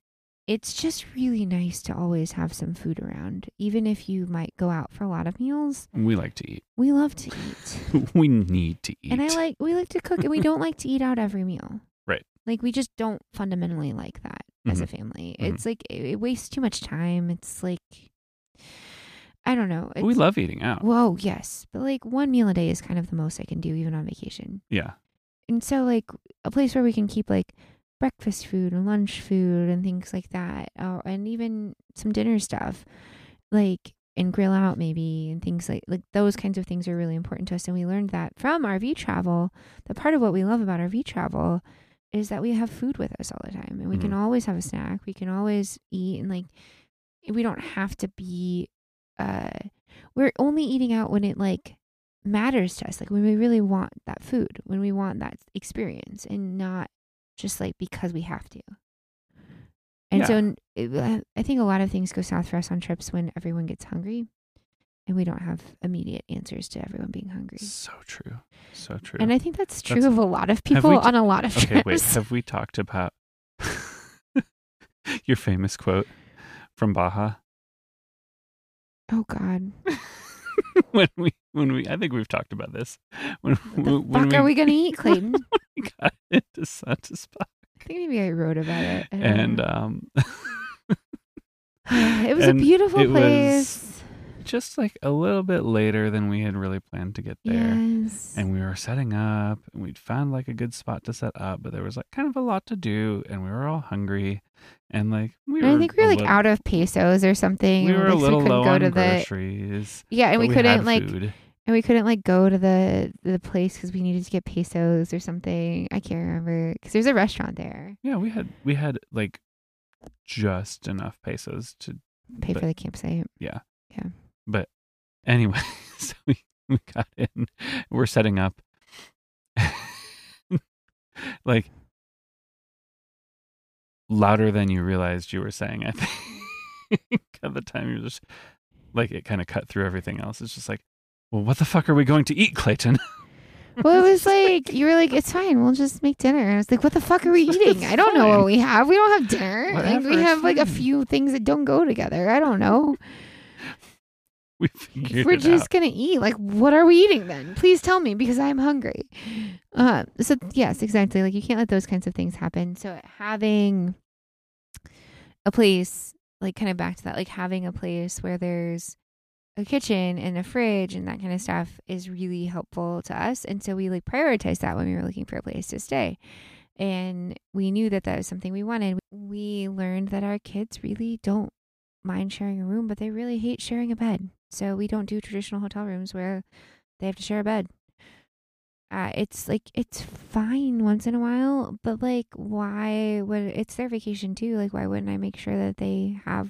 it's just really nice to always have some food around even if you might go out for a lot of meals we like to eat (laughs) we love to eat we need to eat and i like we like to cook and we don't like to eat out every meal Right. like we just don't fundamentally like that as a family Mhm. it's like it, it wastes too much time it's like i don't know we It's- love eating out whoa yes but like one meal a day is kind of the most i can do even on vacation yeah and so like a place where we can keep like breakfast food and lunch food and things like that oh, and even some dinner stuff like and grill out maybe and things like like those kinds of things are really important to us and we learned that from rv travel that part of what we love about rv travel is that we have food with us all the time and we can always have a snack we can always eat and like we don't have to be uh we're only eating out when it like matters to us like when we really want that food when we want that experience and not just like because we have to and so n- it- i think a lot of things go south for us on trips when everyone gets hungry and we don't have immediate answers to everyone being hungry so true so true and i think that's true That's- of a lot of we people t- on a lot of (laughs) okay trips wait have we talked about (laughs) your famous quote from baja (laughs) oh god when we when we I think we've talked about this when what the when fuck are we gonna (laughs) eat clayton we got into Santa Spot i think maybe i wrote about it I don't and know. (sighs) um it was (laughs) and a beautiful it was place just like a little bit later than we had really planned to get there yes and we were setting up and we'd found like a good spot to set up but there was like kind of a lot to do and we were all hungry and like we And were I think we were a like little- out of pesos or something. we and, were like, a so little we couldn't low go on to the groceries yeah, and but we, had couldn't like food. and we couldn't like go to the the place because we needed to get pesos or something. I can't remember because there's a restaurant there. yeah we had we had like just enough pesos to Pay But- for the campsite. anyway, (laughs) so we, we got in, we're setting up. (laughs) like louder than you realized you were saying, I think. (laughs) At the time you're just like it kind of cut through everything else. It's just like, well, what the fuck are we going to eat, Clayton? (laughs) Well, it was like you were like, "It's fine, we'll just make dinner." And I was like, "What the fuck are we It's eating? I don't know fine. what we have. We don't have dinner. Like, Whatever, we it's have like a fine." few things that don't go together. I don't know. we figured we're it just out. gonna eat. Like, what are we eating then? Please tell me because I'm hungry. Uh, so yes, exactly. Like you can't let those kinds of things happen. So having a place, like kind of back to that, like having a place where there's a kitchen and a fridge and that kind of stuff is really helpful to us. And so we like prioritized that when we were looking for a place to stay. And we knew that that was something we wanted. We learned that our kids really don't mind sharing a room, but they really hate sharing a bed. So we don't do traditional hotel rooms where they have to share a bed. Uh, it's like it's fine once in a while, but like why would it's their vacation too? Like why wouldn't I make sure that they have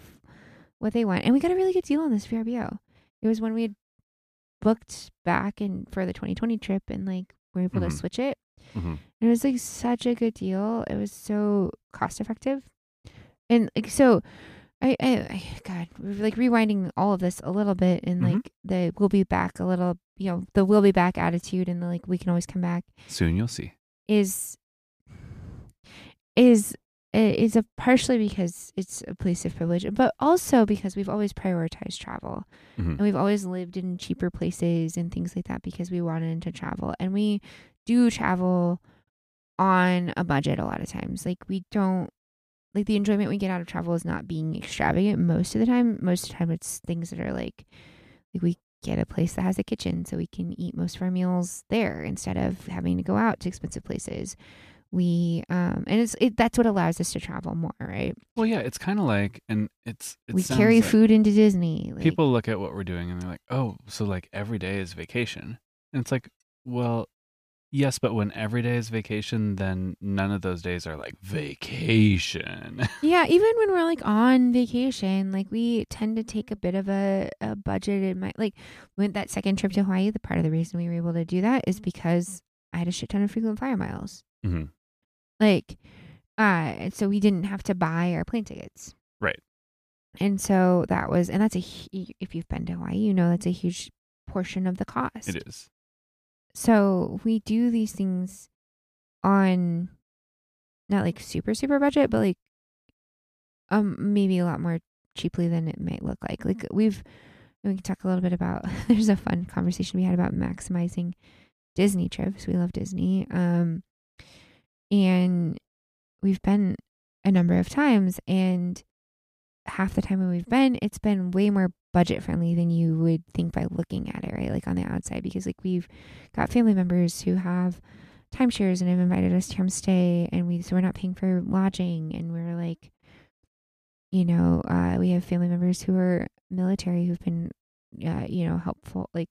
what they want? And we got a really good deal on this VRBO. It was when we had booked back and for the 2020 trip, and like we were able Mhm. to switch it. Mhm. And it was like such a good deal. It was so cost effective, and like so. I, I, I God, we're like rewinding all of this a little bit, and Mhm. like the we'll be back a little, you know, the we'll be back attitude, and the like we can always come back Soon you'll see. is is eh, is a partially because it's a place of privilege, but also because we've always prioritized travel Mhm. and we've always lived in cheaper places and things like that because we wanted to travel and we do travel on a budget a lot of times. Like we don't like the enjoyment we get out of travel is not being extravagant most of the time. Most of the time it's things that are like like we get a place that has a kitchen so we can eat most of our meals there instead of having to go out to expensive places. We um and it's it, that's what allows us to travel more, right? Well, yeah, it's kind of like, and it's it we sounds carry like food into Disney. Like, People look at what we're doing and they're like, "Oh, so like every day is vacation," and it's like, "Well, yes, but when every day is vacation, then none of those days are like vacation." (laughs) Yeah, even when we're like on vacation, like we tend to take a bit of a, a budgeted my like when that second trip to Hawaii, the part of the reason we were able to do that is because I had a shit ton of frequent flyer miles. Mhm. Like uh and so we didn't have to buy our plane tickets. Right. And so that was and that's a hu- if you've been to Hawaii, you know that's a huge portion of the cost it is. so we do these things on not like super super budget but like um maybe a lot more cheaply than it might look like like we've and we can talk a little bit about (laughs) there's a fun conversation we had about maximizing disney trips we love disney um and we've been a number of times and half the time when we've been it's been way more budget friendly than you would think by looking at it right like on the outside because like we've got family members who have timeshares and have invited us to come stay and we so we're not paying for lodging and we're like you know uh, we have family members who are military who've been uh, you know helpful like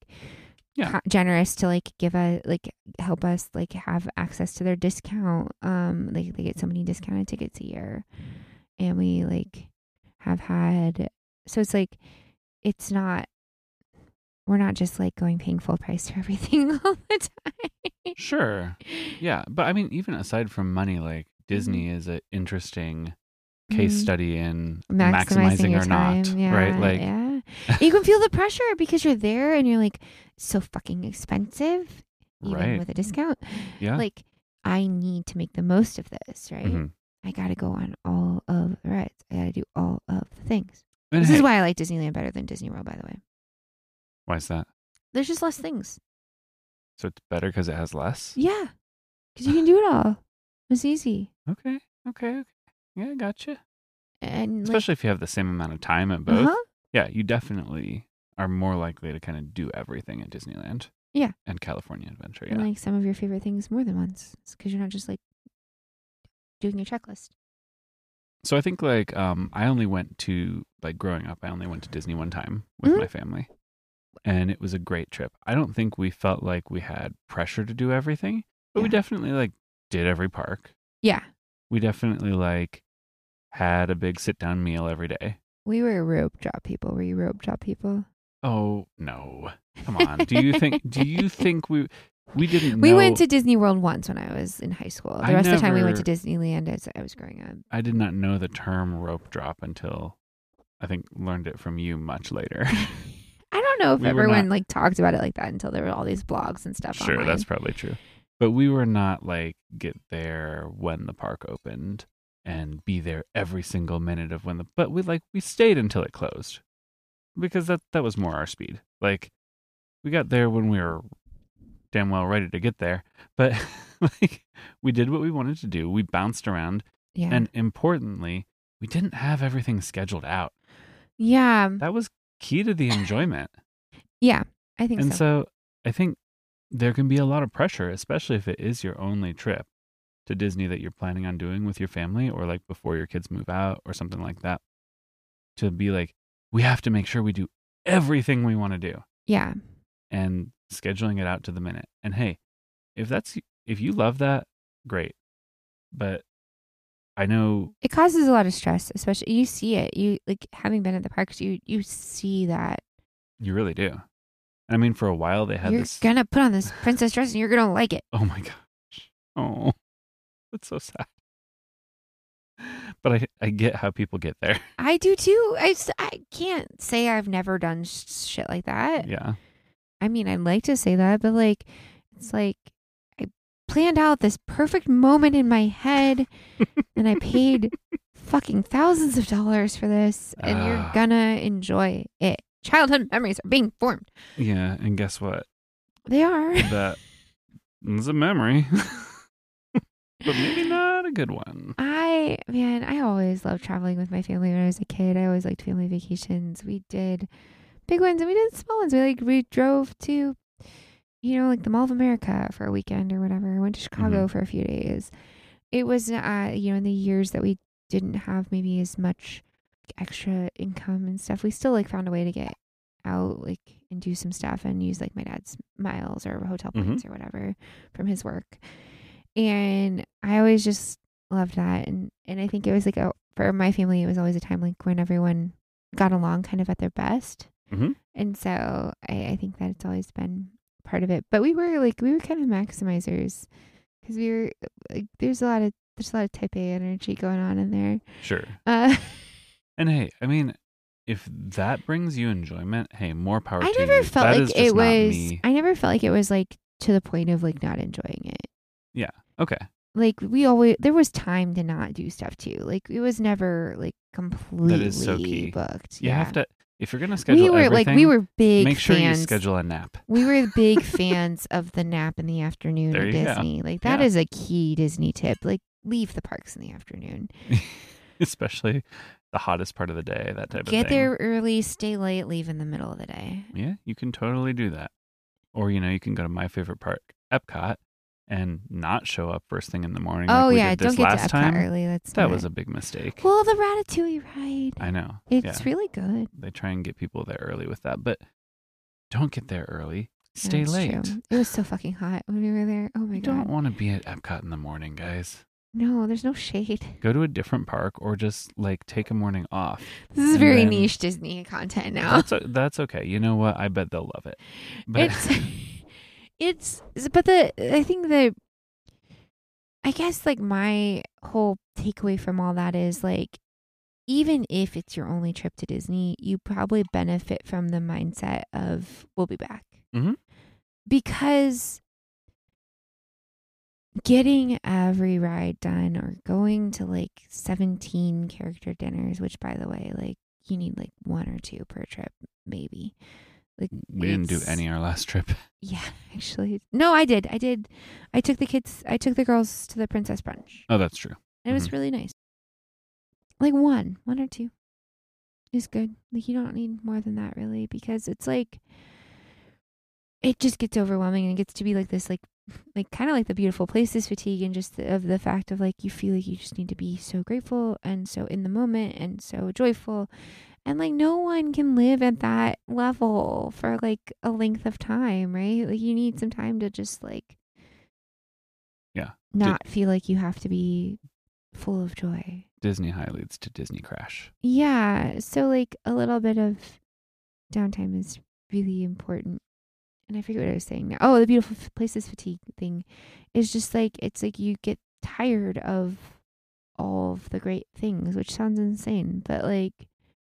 Yeah. co- generous to like give a like help us like have access to their discount um like they get so many discounted tickets a year and we like have had so it's like it's not we're not just like going paying full price for everything (laughs) all the time. Sure. Yeah, but I mean, even aside from money, like Mm-hmm. Disney is an interesting case Mhm. study in Mm-hmm. maximizing, maximizing, your or time. not, Yeah, right? Like, yeah, you can feel the pressure because you're there and you're like so fucking expensive, even right? with a discount. yeah. Like, I need to make the most of this, right? Mhm. I got to go on all of the rides. I got to do all of the things. And this hey, is why I like Disneyland better than Disney World, by the way. why is that? There's just less things. So it's better because it has less. Yeah, because you can do it all. It's easy. Okay. Okay. Okay. Yeah, gotcha. And like, Especially if you have the same amount of time at both. uh-huh. Yeah, you definitely are more likely to kind of do everything at Disneyland. Yeah. And California Adventure. Yeah. and like some of your favorite things more than once because you're not just like doing your checklist. so I think like um I only went to like growing up, I only went to Disney one time with Mhm. my family. And it was a great trip. I don't think we felt like we had pressure to do everything, but we Yeah. definitely like did every park. Yeah, We definitely like had a big sit down meal every day. we were rope drop people. Were you rope drop people? Oh no. Come on. Do you think do (laughs) you think we we didn't We know- went to Disney World once when I was in high school. The I rest of the time we went to never- Disneyland as I was growing up. I did not know the term rope drop until I think learned it from you much later. (laughs) I don't know if We were everyone not- like talked about it like that until there were all these blogs and stuff. sure, online. that's probably true. But we were not like get there when the park opened and be there every single minute of when the but we like we stayed until it closed. Because that that was more our speed. Like we got there when we were damn well ready to get there, but (laughs) like we did what we wanted to do. We bounced around yeah, and importantly, we didn't have everything scheduled out. yeah, That was key (laughs) to the enjoyment. yeah. I think and so. so. I think there can be a lot of pressure, especially if it is your only trip to Disney that you're planning on doing with your family or like before your kids move out or something like that. To be like, we have to make sure we do everything we want to do Yeah. and scheduling it out to the minute. And hey, if that's if you love that, great. But I know It causes a lot of stress, especially you see it. You like having been at the parks, you you see that. you really do. I mean, for a while they had You're this. gonna put on (laughs) this princess dress and you're gonna like it. Oh my gosh! Oh, that's so sad. But I I get how people get (laughs) there. I do too. I, s- I can't say I've never done sh- shit like that. Yeah, I mean, I'd like to say that, but like, it's like I planned out this perfect moment in my (laughs) head and I paid fucking thousands of dollars for this and you're Ah. gonna enjoy it. Childhood memories are being formed. yeah. And guess what? They are. (laughs) That is a memory, (laughs) but (laughs) maybe not a good one. I man, I always loved traveling with my family when I was a kid. I always liked family vacations. We did big ones and we did small ones. We like we drove to you know, like the Mall of America for a weekend or whatever. I went to Chicago for a few days. It was uh, you know, in the years that we didn't have maybe as much extra income and stuff, we still like found a way to get out like and do some stuff and use like my dad's miles or hotel Mhm. points or whatever from his work. And I always just loved that and and I think it was like a for my family it was always a time like when everyone got along kind of at their best. Mhm. And so I, I think that it's always been part of it. But we were like we were kind of maximizers because we were like there's a lot of there's a lot of type A energy going on in there. Sure. Uh, And hey, I mean, if that brings you enjoyment, hey, more power I to you. never felt That like is just it not was. me. I never felt like it was like to the point of like not enjoying it. Okay. Like we always there was time to not do stuff too. Like it was never like completely is so key. booked. You yeah. have to if you're gonna schedule we were everything, like we were big make sure fans. you schedule a nap. (laughs) we were big fans of the nap in the afternoon There at you go. Disney. Like that Yeah. is a key Disney tip. Like leave the parks in the afternoon. Especially the hottest part of the day, that type Get of thing. there early, stay late, leave in the middle of the day. Yeah, you can totally do that. Or you know, you can go to my favorite park, Epcot, and not show up first thing in the morning. like oh we yeah, did this don't get last to Epcot time. early. That's That not- was a big mistake. well, the Ratatouille ride. I know. It's yeah. really good. They try and get people there early with that, but don't get there early. Stay That's late. true. It was so fucking hot when we were there. Oh my You god. don't want to be at Epcot in the morning, guys. No, there's no shade. Go to a different park or just like take a morning (laughs) off. This is And very then- niche Disney content now. That's o that's okay. You know what? I bet they'll love it. But It's (laughs) it's but the I think the I guess like my whole takeaway from all that is like even if it's your only trip to Disney, you probably benefit from the mindset of we'll be back. Mhm. Because getting every ride done or going to like 17 character dinners, which by the way, like you need like one or two per trip maybe. (laughs) we didn't do it's- any our last trip. Yeah, (laughs) actually. No, I did. I did. I took the kids, I took the girls to the princess brunch. Oh, that's true. It was Mhm. really nice. Like one, one or two is good. Like you don't need more than that really because it's like it just gets overwhelming and it gets to be like this like (laughs) like kind of like the beautiful places fatigue and just the, of the fact of like you feel like you just need to be so grateful and so in the moment and so joyful and like no one can live at that level for like a length of time right like you need some time to just like Yeah. not feel like you have to be full of joy Disney High leads to Disney Crash. yeah. So like a little bit of downtime is really important. And I forget what I was saying now. Oh, the beautiful f- places fatigue thing is just like it's like you get tired of all of the great things, which sounds insane, but like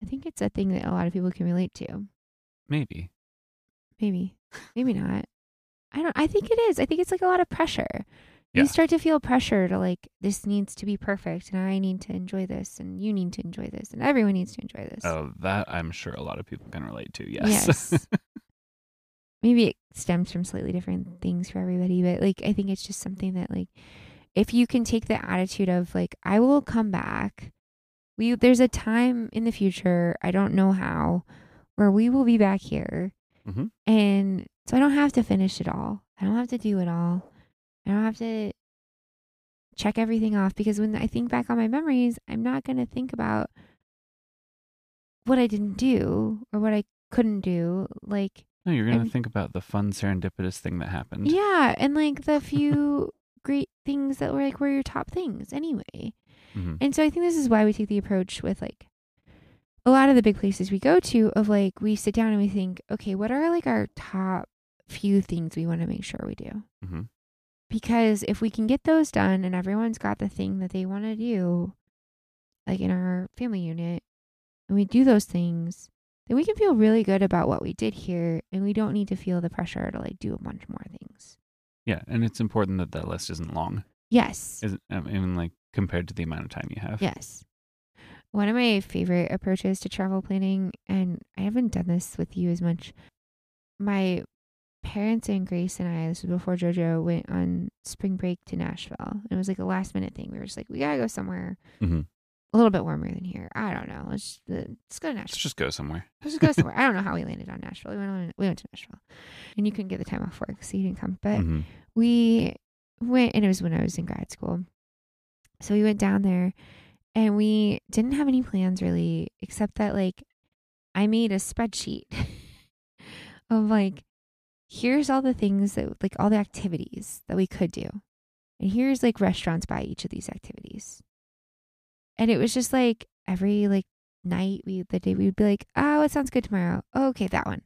I think it's a thing that a lot of people can relate to. Maybe. Maybe. Maybe not. I don't I think it is. I think it's like a lot of pressure. Yeah. You start to feel pressure to like this needs to be perfect and I need to enjoy this and you need to enjoy this and everyone needs to enjoy this. Oh, that I'm sure a lot of people can relate to. Yes. Yes. Maybe it stems from slightly different things for everybody, but like I think it's just something that like if you can take the attitude of like I will come back. We there's a time in the future, I don't know how, where we will be back here. Mhm. And so I don't have to finish it all. I don't have to do it all. I don't have to check everything off because when I think back on my memories, I'm not going to think about what I didn't do or what I couldn't do. Like, (laughs) No, you're going to And- think about the fun serendipitous thing that happened. yeah, and like the few great things that were like were your top things anyway. Mhm. And so I think this is why we take the approach with like a lot of the big places we go to of like we sit down and we think, okay, what are like our top few things we want to make sure we do? Mhm. Because if we can get those done and everyone's got the thing that they want to do, like in our family unit, and we do those things, then we can feel really good about what we did here and we don't need to feel the pressure to like do a bunch more things. Yeah. And it's important that that list isn't long, Yes. isn't, I mean, like compared to the amount of time you have. Yes. One of my favorite approaches to travel planning, and I haven't done this with you as much. My parents and Grace and I, this was before JoJo went on spring break to Nashville. And it was like a last minute thing. We were just like, we gotta go somewhere Mhm. a little bit warmer than here. I don't know. Let's uh, let's go to Let's Nashville. just go somewhere. Let's just go somewhere. I don't know how we landed on Nashville. We went on, we went to Nashville, and you couldn't get the time off work, so you didn't come. But Mhm. we went and it was when I was in grad school. So we went down there and we didn't have any plans really, except that like I made a spreadsheet (laughs) of like here's all the things that like all the activities that we could do. And here's like restaurants by each of these activities. And it was just like every like night we the day we would be like, oh, it sounds good tomorrow. Oh, okay, that one.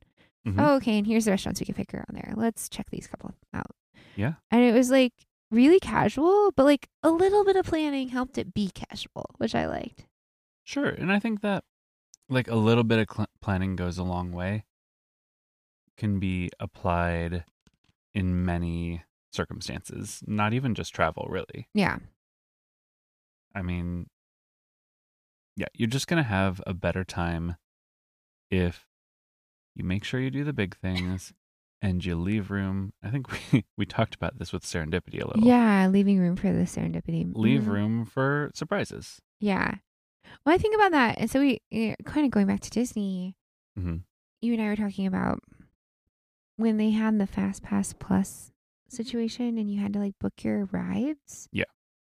Mhm. Oh, okay, and here's the restaurants we can pick around there. Let's check these couple out. Yeah. And it was like really casual, but like a little bit of planning helped it be casual, which I liked. Sure. And I think that like a little bit of cl- planning goes a long way, can be applied in many circumstances, not even just travel, really. Yeah. I mean, yeah, you're just going to have a better time if you make sure you do the big things and you leave room. I think we, (laughs) we talked about this with serendipity a little. Yeah. Leaving room for the serendipity. Leave Mhm. room for surprises. Yeah. Well, I think about that. And so we eh, kind of going back to Disney, Mhm. you and I were talking about when they had the Fast Pass Plus situation and you had to like book your rides. Yeah.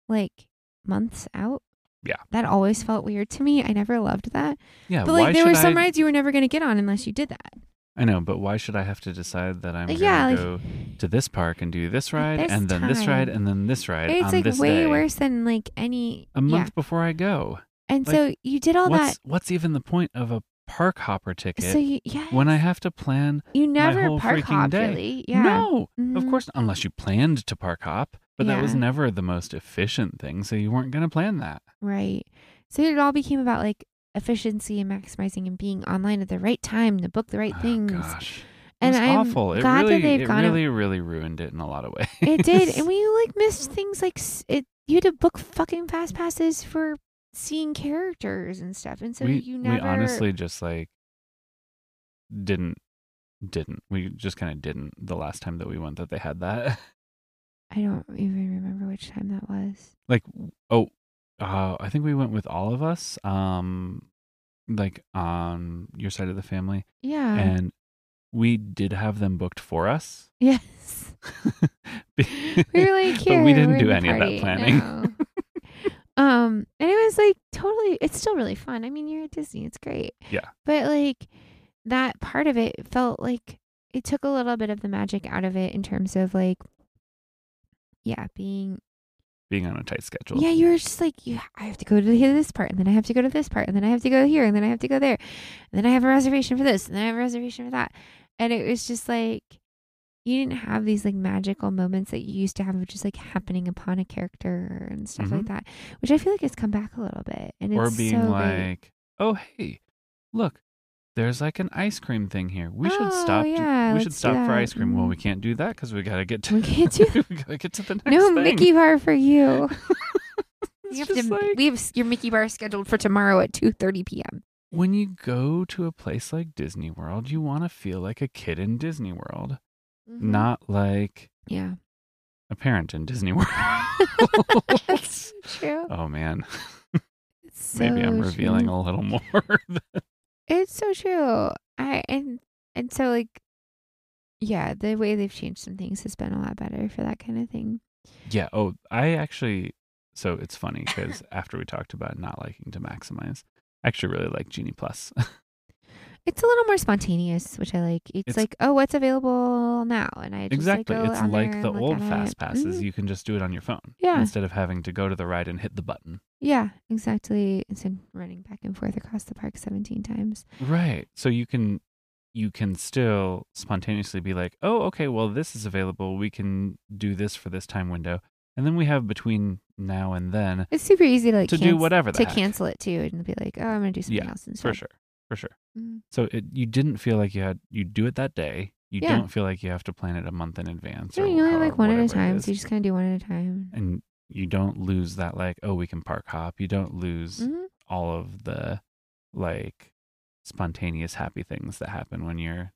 Like months out. Yeah. That always felt weird to me. I never loved that. Yeah. But like why there were should some I- rides you were never going to get on unless you did that. I know, but why should I have to decide that I'm Like, going yeah, to like- go to this park and do this ride this and then this time. ride and then this ride It's on like this way day worse than like any a month before I go? Yeah. And like, so you did all what's that. what's even the point of a park hopper ticket So you yeah. when I have to plan? you never whole park freaking hop day. really. Yeah. No, of Mhm. course, unless you planned to park hop, but that was Yeah. never the most efficient thing, so you weren't going to plan that. Right. So it all became about like efficiency and maximizing and being online at the right time to book the right Oh, things. gosh, it And was I'm awful. It glad that really, they've it gone a- really, really ruined it in a lot of (laughs) ways. (laughs) It did. and we like missed things like s- it you had to book fucking fast passes for seeing characters and stuff. And so we, you never we honestly just like didn't didn't we just kind of didn't the last time that we went that they had that (laughs) I don't even remember which time that was. like oh uh i think we went with all of us um like on your side of the family Yeah. and we did have them booked for us (laughs) yes. (laughs) Be- (laughs) we were like here but we didn't we're do in the any of that party." planning No. (laughs) um and it was like totally it's still really fun i mean you're at disney it's great Yeah. but like that part of it felt like it took a little bit of the magic out of it in terms of like yeah being being on a tight schedule yeah, you were just like, you, I have to go to the- this part, and then I have to go to this part, and then I have to go here, and then I have to go there, and then I have a reservation for this, and then I have a reservation for that, and it was just like, you didn't have these like magical moments that you used to have of just like happening upon a character and stuff like Mhm. that, which I feel like has come back a little bit, and or it's being so great. like, "Oh, hey, look, there's like an ice cream thing here. We should Oh, stop. to- yeah, we should let's do stop for that. ice cream. Well, Mhm. we can't do that because we gotta get to We can't do (laughs) we gotta get to the next no thing. Mickey bar for (laughs) you. (laughs) It's you have to, just like, we have s- your Mickey bar scheduled for tomorrow at two thirty p.m. when you go to a place like Disney World, you want to feel like a kid in Disney World, Mm-hmm. not like yeah, a parent (laughs) in Disney (laughs) World. that's true. oh man, It's maybe I'm so revealing true. a little (laughs) more. It's so true. I and and so like yeah, the way they've changed some things has been a lot better for that kind of thing. Yeah. Oh, I actually. So it's (laughs) funny (laughs) because after we talked about not liking to maximize, I actually really like Genie Plus. It's a little more spontaneous, which I like. It's, It's- like, oh, what's available now? And I just exactly. Like go it's on there like and the look old at it. fast passes. Mhm. You can just do it on your phone Yeah. instead of having to go to the ride and hit the button. Yeah, exactly. Instead of running back and forth across the park 17 times. Right. So you can you can still spontaneously be like, "Oh, okay, well this is available. We can do this for this time window." And then we have between now and then It's super easy to like to do canc- whatever the to heck. cancel it too and be like, oh, I'm going to do something Yeah, else instead. for sure. For sure. Mm. So it, you didn't feel like you had you do it that day. You Yeah. don't feel like you have to plan it a month in advance. So or you only have however- like one at a whatever it time. is. So you just kind of do one at a time. and you don't lose that like oh we can park hop. You don't lose Mhm. all of the like spontaneous happy things that happen when you're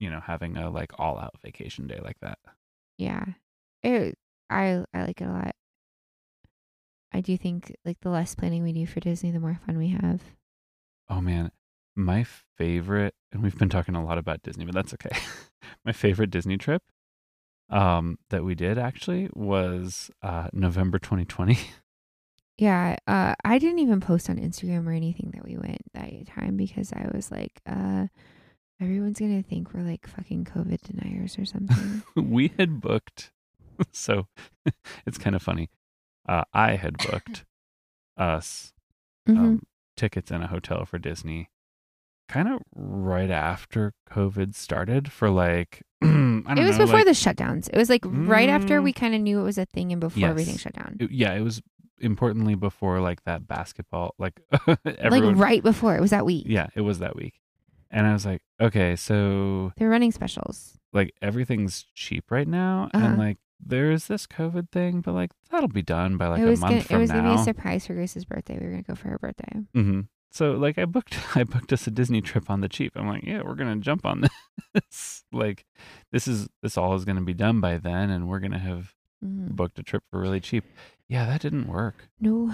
you know having a like all out vacation day like that. Yeah. It, I, I like it a lot. I do think like the less planning we do for Disney, the more fun we have. Oh man, my favorite and we've been talking a lot about Disney, but that's okay. (laughs) my favorite Disney trip um that we did actually was uh November 2020. Yeah, uh, I didn't even post on Instagram or anything that we went that time because I was like, uh, everyone's gonna think we're like fucking COVID deniers or (laughs) something. (laughs) we had booked (laughs) so it's kind of funny uh, i had booked us Mhm. um, tickets in a hotel for disney kind of right after covid started for like (clears throat) i don't it was know before like, the shutdowns. It was like right after Mm. we kind of knew it was a thing and before Yes. everything shut down. it- yeah it was importantly before like that basketball like (laughs) like everyone right before it was that week. yeah it was that week and i was like okay so They're running specials. like everything's cheap right now Uh-huh. and like there is this covid thing but like that'll be done by like it a was month gonna, from it was now gonna be a surprise for Grace's birthday. We were gonna go for her birthday. hmm So like I booked (laughs) I booked us a Disney trip on the cheap. I'm like, yeah, we're gonna jump on (laughs) this. like this is this all is gonna be done by then, and we're gonna have Mhm. booked a trip for really cheap. Yeah, that didn't work. No,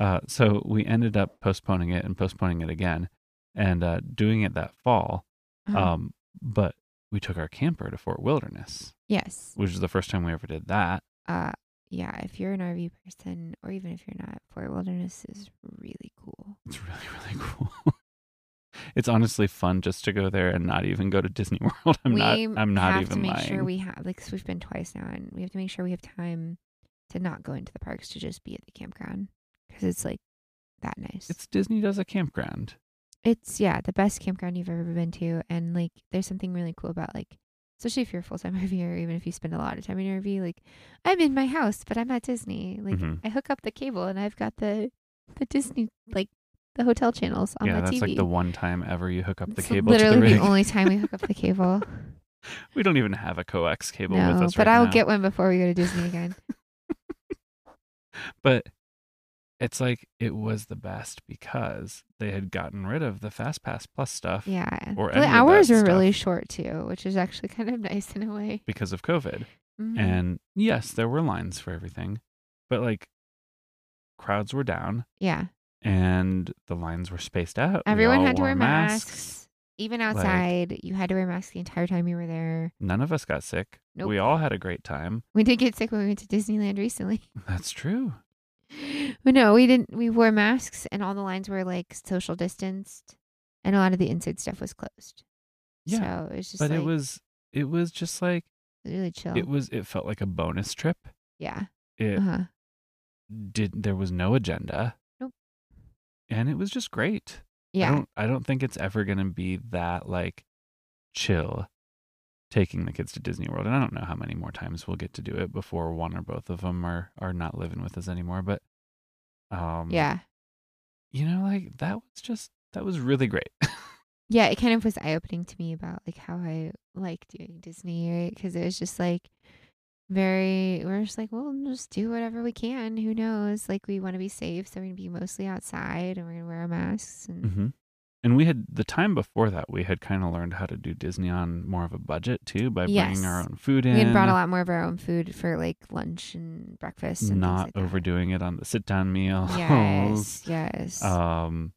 Uh, so we ended up postponing it and postponing it again, and uh, doing it that fall. Uh, Um, but we took our camper to Fort Wilderness, yes, which is the first time we ever did that. uh, yeah. If you're an RV person, or even if you're not, Fort Wilderness is really cool. It's really really (laughs) cool. It's honestly fun just to go there and not even go to Disney (laughs) World. I'm not. I'm not have even to make lying. sure we have like 'cause we've been twice now, and we have to make sure we have time to not go into the parks to just be at the campground because it's like that nice. It's Disney does a campground. It's yeah, the best campground you've ever been to, and like there's something really cool about like, especially if you're a full (laughs) time RV or even if you spend a lot of time in your RV. Like, I'm in my house, but I'm at Disney. Like, Mhm. I hook up the cable and I've got the the Disney like the hotel channels on yeah, my that's TV. like the one time ever you hook up the It's cable to literally the rig. only time we hook up the cable. (laughs) we don't even have a coax cable no, with us but right I'll now. get one before we go to Disney again. But it's like it was the best because they had gotten rid of the Fast Pass Plus stuff Yeah, Or any the of that hours are really stuff. short too, which is actually (laughs) kind of nice in a way. because of COVID. Mhm. And yes, there were lines for everything, but like crowds were down yeah, and the lines were spaced out. We Everyone all had to wore wear masks. Even Like- outside, you had to wear masks the entire time you were there. None of us got sick. Nope. We all had a great time. (laughs) We did get sick when we went to Disneyland recently. (laughs) That's true. But no, we didn't. We wore masks, and all the lines were like social distanced, and a lot of the inside stuff was closed. Yeah. So it was just but like, it was it was just like really chill. it was it felt like a bonus trip yeah. it Uh huh. did there was no agenda Nope. and it was just great i Yeah. don't i don't think it's ever going to be that like chill taking the kids to disney world and i don't know how many more times we'll get to do it before one or both of them are are not living with us anymore but um Yeah. you know like that was just that was really great Yeah. It kind of was eye opening to me about like how I like doing Disney, right? Because it was just like very, we're just like, well, we'll just do whatever we can. Who knows? Like, we want to be safe. So we're going to be mostly outside and we're going to wear our masks. And mm-hmm. (laughs) and we had the time before that we had kind of learned how to do disney on more of a budget too by bringing our Yes. own food in we had brought a lot more of our own food for like lunch and breakfast and things not like that. (laughs) overdoing it on the sit down meals. Yes, yes. Um,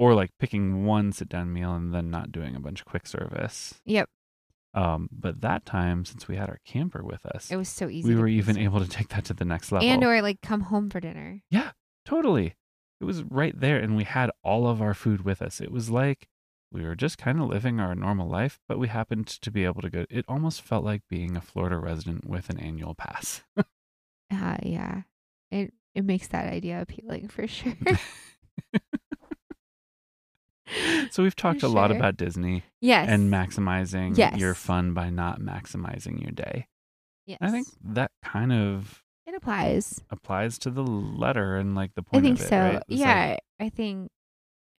or like picking one sit down meal and then not doing a bunch of quick service. Yep. Um, but that time, since we had our camper with us, it was so easy. we to were do even so. able to take (laughs) that to the next level. and or like come home for dinner. totally. It was right there and we had all of our food with us. It was like We were just kind of living our normal life, but we happened to be able to go. It almost felt like being a Florida resident with an (laughs) annual pass. Uh, yeah. It it makes that idea appealing (laughs) for (laughs) sure. so we've talked For a lot sure. about Disney yes. and maximizing Yes. your fun by not maximizing your day. Yes. I think that kind of it applies. applies to the letter and like the I point think of it, so. right? It's like- yeah. I think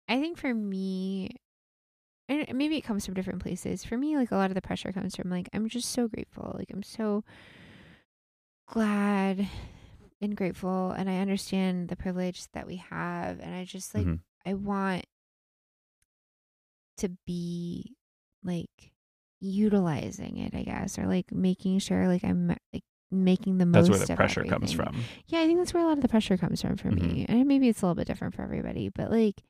I think for me and maybe it comes from different places. For me, like a lot of the pressure comes from like I'm just so grateful. Like I'm so glad and grateful and I understand the privilege that we have and I just like Mhm. I want to be like utilizing it, I guess, or like making sure like I'm like making the most that's where the of pressure comes everything. from. Yeah, I think that's where a lot of the pressure comes from for Mm-hmm. me. And maybe it's a little bit different for everybody, but like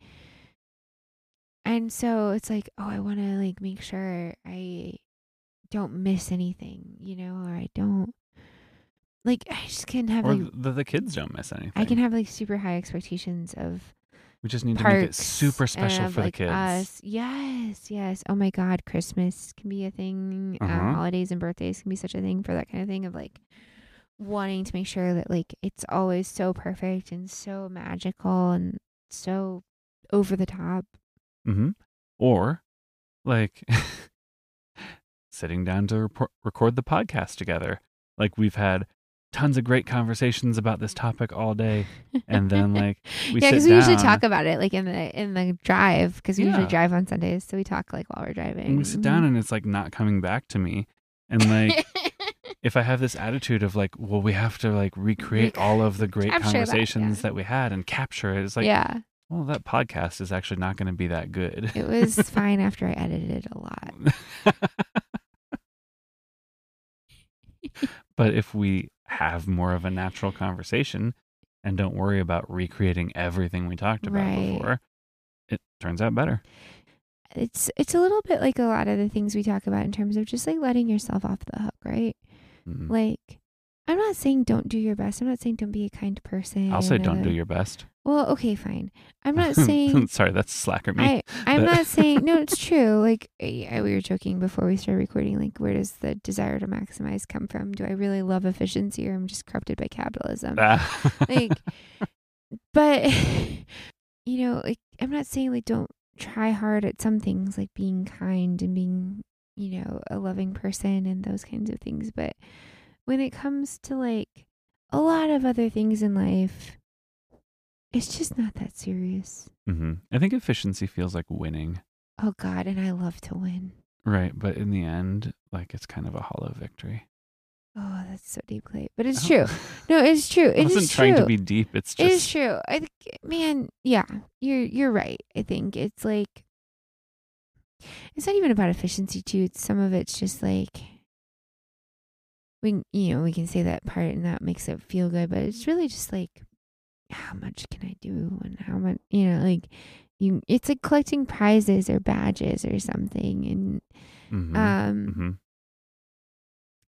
and so it's like, oh, I want to like make sure I don't miss anything, you know, or I don't like I just can have Or like th- that the kids don't miss anything. I can have like super high expectations of we just need to parks make it super special of, for like, the kids. Us. Yes, yes. Oh my God, Christmas can be a thing. Uh-huh. Um, holidays and birthdays can be such a thing for that kind of thing of like wanting to make sure that like it's always so perfect and so magical and so over the top. hmm Or like (laughs) sitting down to repor- record the podcast together. Like we've had tons of great conversations about this topic all day. And (laughs) then like we yeah, sit because we usually down talk about it like in the in the drive because we usually Yeah. drive on Sundays, so we talk like while we're driving. Mm-hmm. and we sit down and it's like not coming back to me. And like if I have this attitude of like, well, we have to like recreate all of the great Capture that, conversations yeah. that we had and capture it. It's (laughs) like, yeah, well, that podcast is actually not going to be that good. it was fine after I edited a lot. (laughs) but if we have more of a natural conversation and don't worry about recreating everything we talked about Right. before, it turns out better. it's it's a little bit like a lot of the things we talk about in terms of just like letting yourself off the hook, right? Mm. Like I'm not saying don't do your best. I'm not saying don't be a kind person. I'll say or don't do like- your best. Well, okay, fine. I'm (laughs) not saying Sorry, that's slacker (laughs) me. I I'm but- not saying no, (laughs) it's true. Like I, I- we were joking before we started recording like where does the desire to maximize come from? Do I really love efficiency or I'm just corrupted by capitalism? Ah. (laughs) like but (laughs) you know like i'm not saying like don't try hard at some things like being kind and being you know a loving person and those kinds of things but when it comes to like a lot of other things in life it's just not that serious Mhm. I think efficiency feels like winning, oh god and i love to win right? But in the end, like it's kind of a hollow victory. oh that's so deep clay but it's (laughs) Oh. true no it's true I it wasn't is trying true to be deep. It's It just is true. I think, man, yeah, you're you're right. I think it's like it's not even about efficiency too. It's, some of it's just like we, can- you know, we can say that part and that makes it feel good, but it's really just like how much can I do and how much, you know, like you. It's like collecting prizes or badges or something, and Mhm. um, Mhm.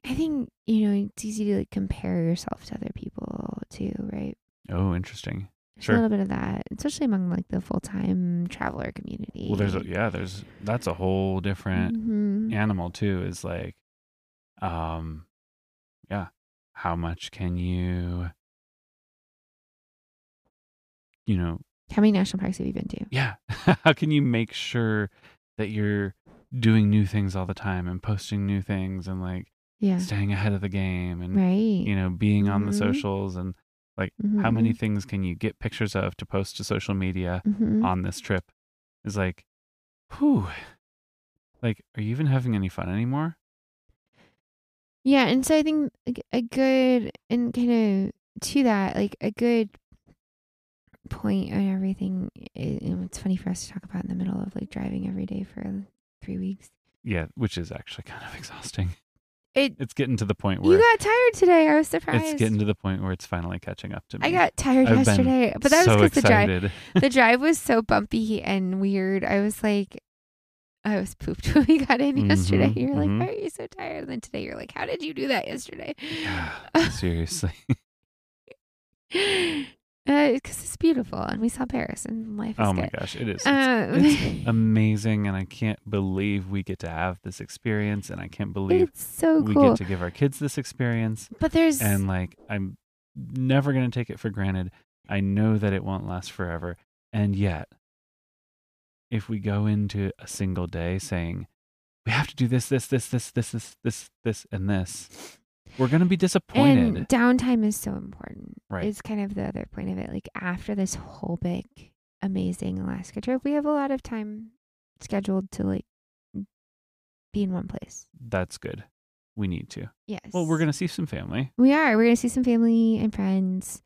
I think you know it's easy to like compare yourself to other people too, right? Oh, interesting. There's Sure. a little bit of that, especially among like the full time traveler community. Well, there's a, yeah, there's that's a whole different Mhm. animal too. Is like, um, yeah, how much can you, you know, How many national parks have you been to? yeah, (laughs) how can you make sure that you're doing new things all the time and posting new things and like Yeah, staying ahead of the game and right. you know being on the Mhm. socials and how Mhm. many things can you get pictures of to post to social media Mhm. on this trip is like, whew, like, are you even having any fun anymore? Yeah, and so I think like, a good and kind of to that, like a good point on everything. i- And it's funny for us to talk about in the middle of like driving every day for three weeks. Yeah, which is actually (laughs) kind of exhausting. It It's getting to the point you where got tired today. I was surprised. (laughs) it's getting to the point where it's finally catching up to me. I got tired I've been yesterday, but that was so because the drive. (laughs) excited. (laughs) the drive was so bumpy and weird. I was like, I was pooped (laughs) when we got in Mhm, yesterday. You're mhm. like, why are you so tired? And then today you're like, how (gasps) did you do that yesterday? Yeah, Seriously, it because Uh, it's beautiful, and we saw Paris, and life is Oh good. my gosh, it is. It's, Um, (laughs) it's amazing, and I can't believe we get to have this experience, and I can't believe It's so we cool. get to give our kids this experience. But there's And like, I'm never going to take it for granted. I know that it won't last forever. And yet, if we go into a single day saying, we have to do this, this, this, this, this, this, this, this, and this, we're going to be disappointed. and downtime is so important. Right. It's kind of the other point of it. Like after this whole big amazing Alaska trip, we have a lot of time scheduled to like be in one place. That's good. We need to. Yes. Well, we're going to see some family. We are. We're gonna see some family and friends.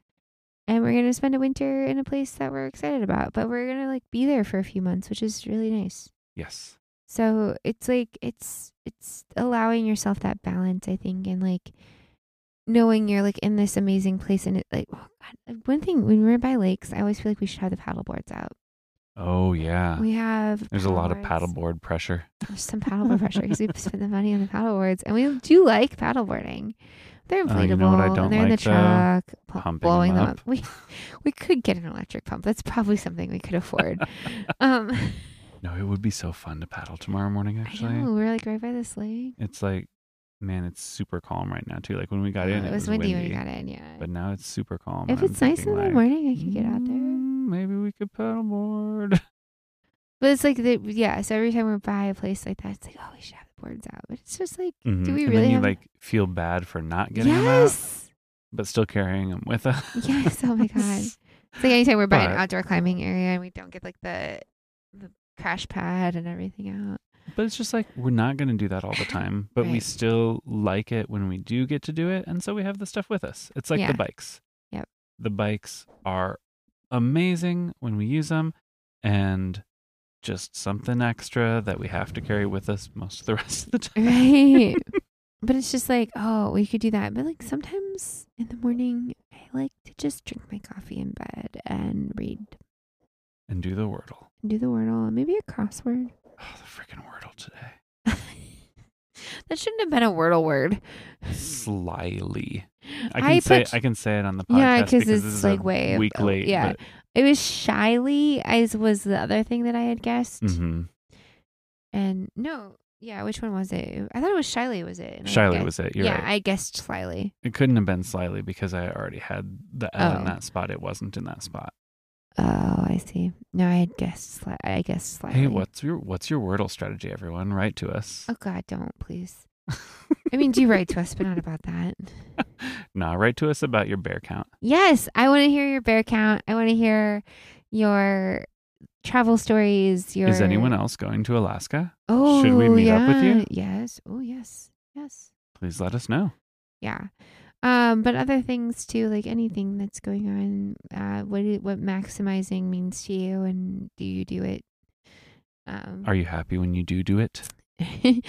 And we're gonna spend a winter in a place that we're excited about. But we're gonna like be there for a few months, which is really nice. Yes. So it's like it's it's allowing yourself that balance, I think, and like knowing you're like in this amazing place. And it like oh, God. one thing when we're by lakes, I always feel like we should have the paddle boards out. Oh, yeah. We have There's a lot of boards. paddleboard pressure. There's some paddleboard pressure because we spent the money on the paddle boards, and we do like paddleboarding. They're inflatable. Oh, you know what I don't and they're in the like, though? truck, pu- Pumping blowing them them up. up. We we could get an electric pump. That's probably something we could afford. (laughs) um, No, it would be so fun to paddle tomorrow morning, I actually. know we're like right by this lake. It's like, man, it's super calm right now, too. Like when we got in, Uh, it, was windy, when we got in. Yeah. But now it's super calm. if and I'm it's nice thinking, in the like, morning, I could get out there. "Mm, Maybe we could paddleboard. (laughs) But it's like the yeah. So every time we're by a place like that, it's like oh, we should have the boards out. But it's just like Mhm. do we and really then you have like feel bad for not getting them out, yes, but still carrying them with us. (laughs) yes. Oh my god. It's like anytime we're by an But- outdoor climbing area and we don't get like the the crash pad and everything out. (laughs) (laughs) But it's just like we're not going to do that all the time, but we Right. still like it when we do get to do it, and so we have the stuff with us. It's like Yeah. the bikes. Yep. The bikes are amazing when we use them and just something extra that we have to carry with us most of the (laughs) rest of the time. Right. but it's just like, oh, we could do that. But like sometimes in the morning I like to just drink my coffee in bed and read And do the Wordle. and do the wordle and maybe a crossword. (laughs) Oh, the freaking Wordle today. That shouldn't have been a wordle word. Slyly. I can Hmm. I say put- I can say it on the podcast Yeah, 'cause because it's, this is like, a way week ab- late. yeah. It was shyly as was the other thing that I had guessed. hmm And no, yeah, which one was it? I thought it was shyly was it? And I Shyly guessed- was it. You're yeah, right. I guessed slyly. It couldn't have been slyly because I already had the L in Oh. that spot. It wasn't in that spot. Oh, I see. No, I had guessed. Sli- I guessed slightly. Hey, what's your what's your wordle strategy, everyone? Write to us. Oh God, don't please. I mean, do write to us, but not about that. (laughs) nah, write to us about your bear count. Yes, I want to hear your bear count. I want to hear your travel stories. Your Is anyone else going to Alaska? Oh, Should we meet up with you? yeah. Yes. Oh, yes. Yes. Please let us know. Yeah. Um, but other things too, like anything that's going on. Uh, what i- what maximizing means to you, and do you do it? Um, Are you happy when you do do it? (laughs) I'm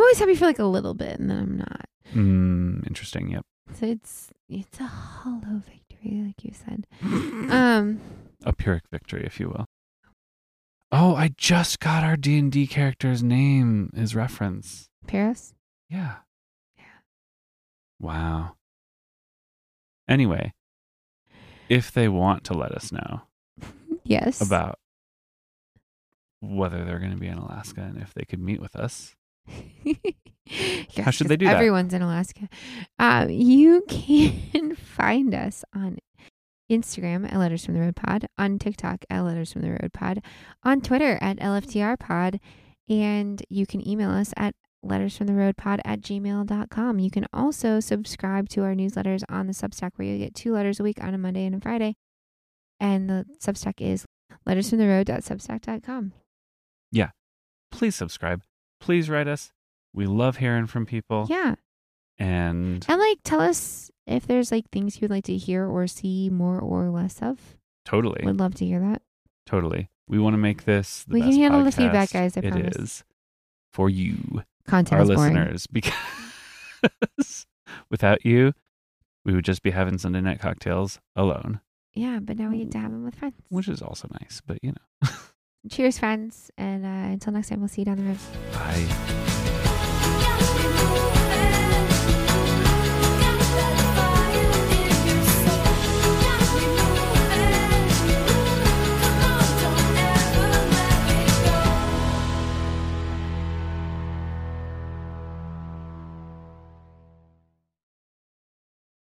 always happy for like a little bit, and then I'm not. Mm, interesting. Yep. So it's it's a hollow victory, like you said. Um, A pyrrhic victory, if you will. Oh, I just got our D and D character's name, his reference. Paris. Yeah. Yeah. Wow. Anyway, if they want to let us know, Yes. about whether they're going to be in Alaska and if they could meet with us. Yes, How should 'cause they do that? Everyone's in Alaska. Um, you (laughs) can find us on Instagram at Letters from the Road Pod, on TikTok at Letters from the Road Pod, on Twitter at LFTR Pod, and you can email us at letters from the road pod at gmail.com. You can also subscribe to our newsletters on the Substack where you get two letters a week on a Monday and a Friday. And the Substack is letters from the road.substack.com. Please subscribe. Please write us. We love hearing from people. Yeah. And And like, tell us if there's like things you'd like to hear or see more or less of. totally, Would love to hear that. totally. We want to make this the We can best handle the podcast feedback, guys, I it promise. is for you, Content our is boring. listeners, (laughs) because without you, we would just be having Sunday night cocktails alone, Yeah, but now we get to have them with friends. which is also nice. But, you know, Cheers, friends. And uh, until next time, we'll see you down the road. bye.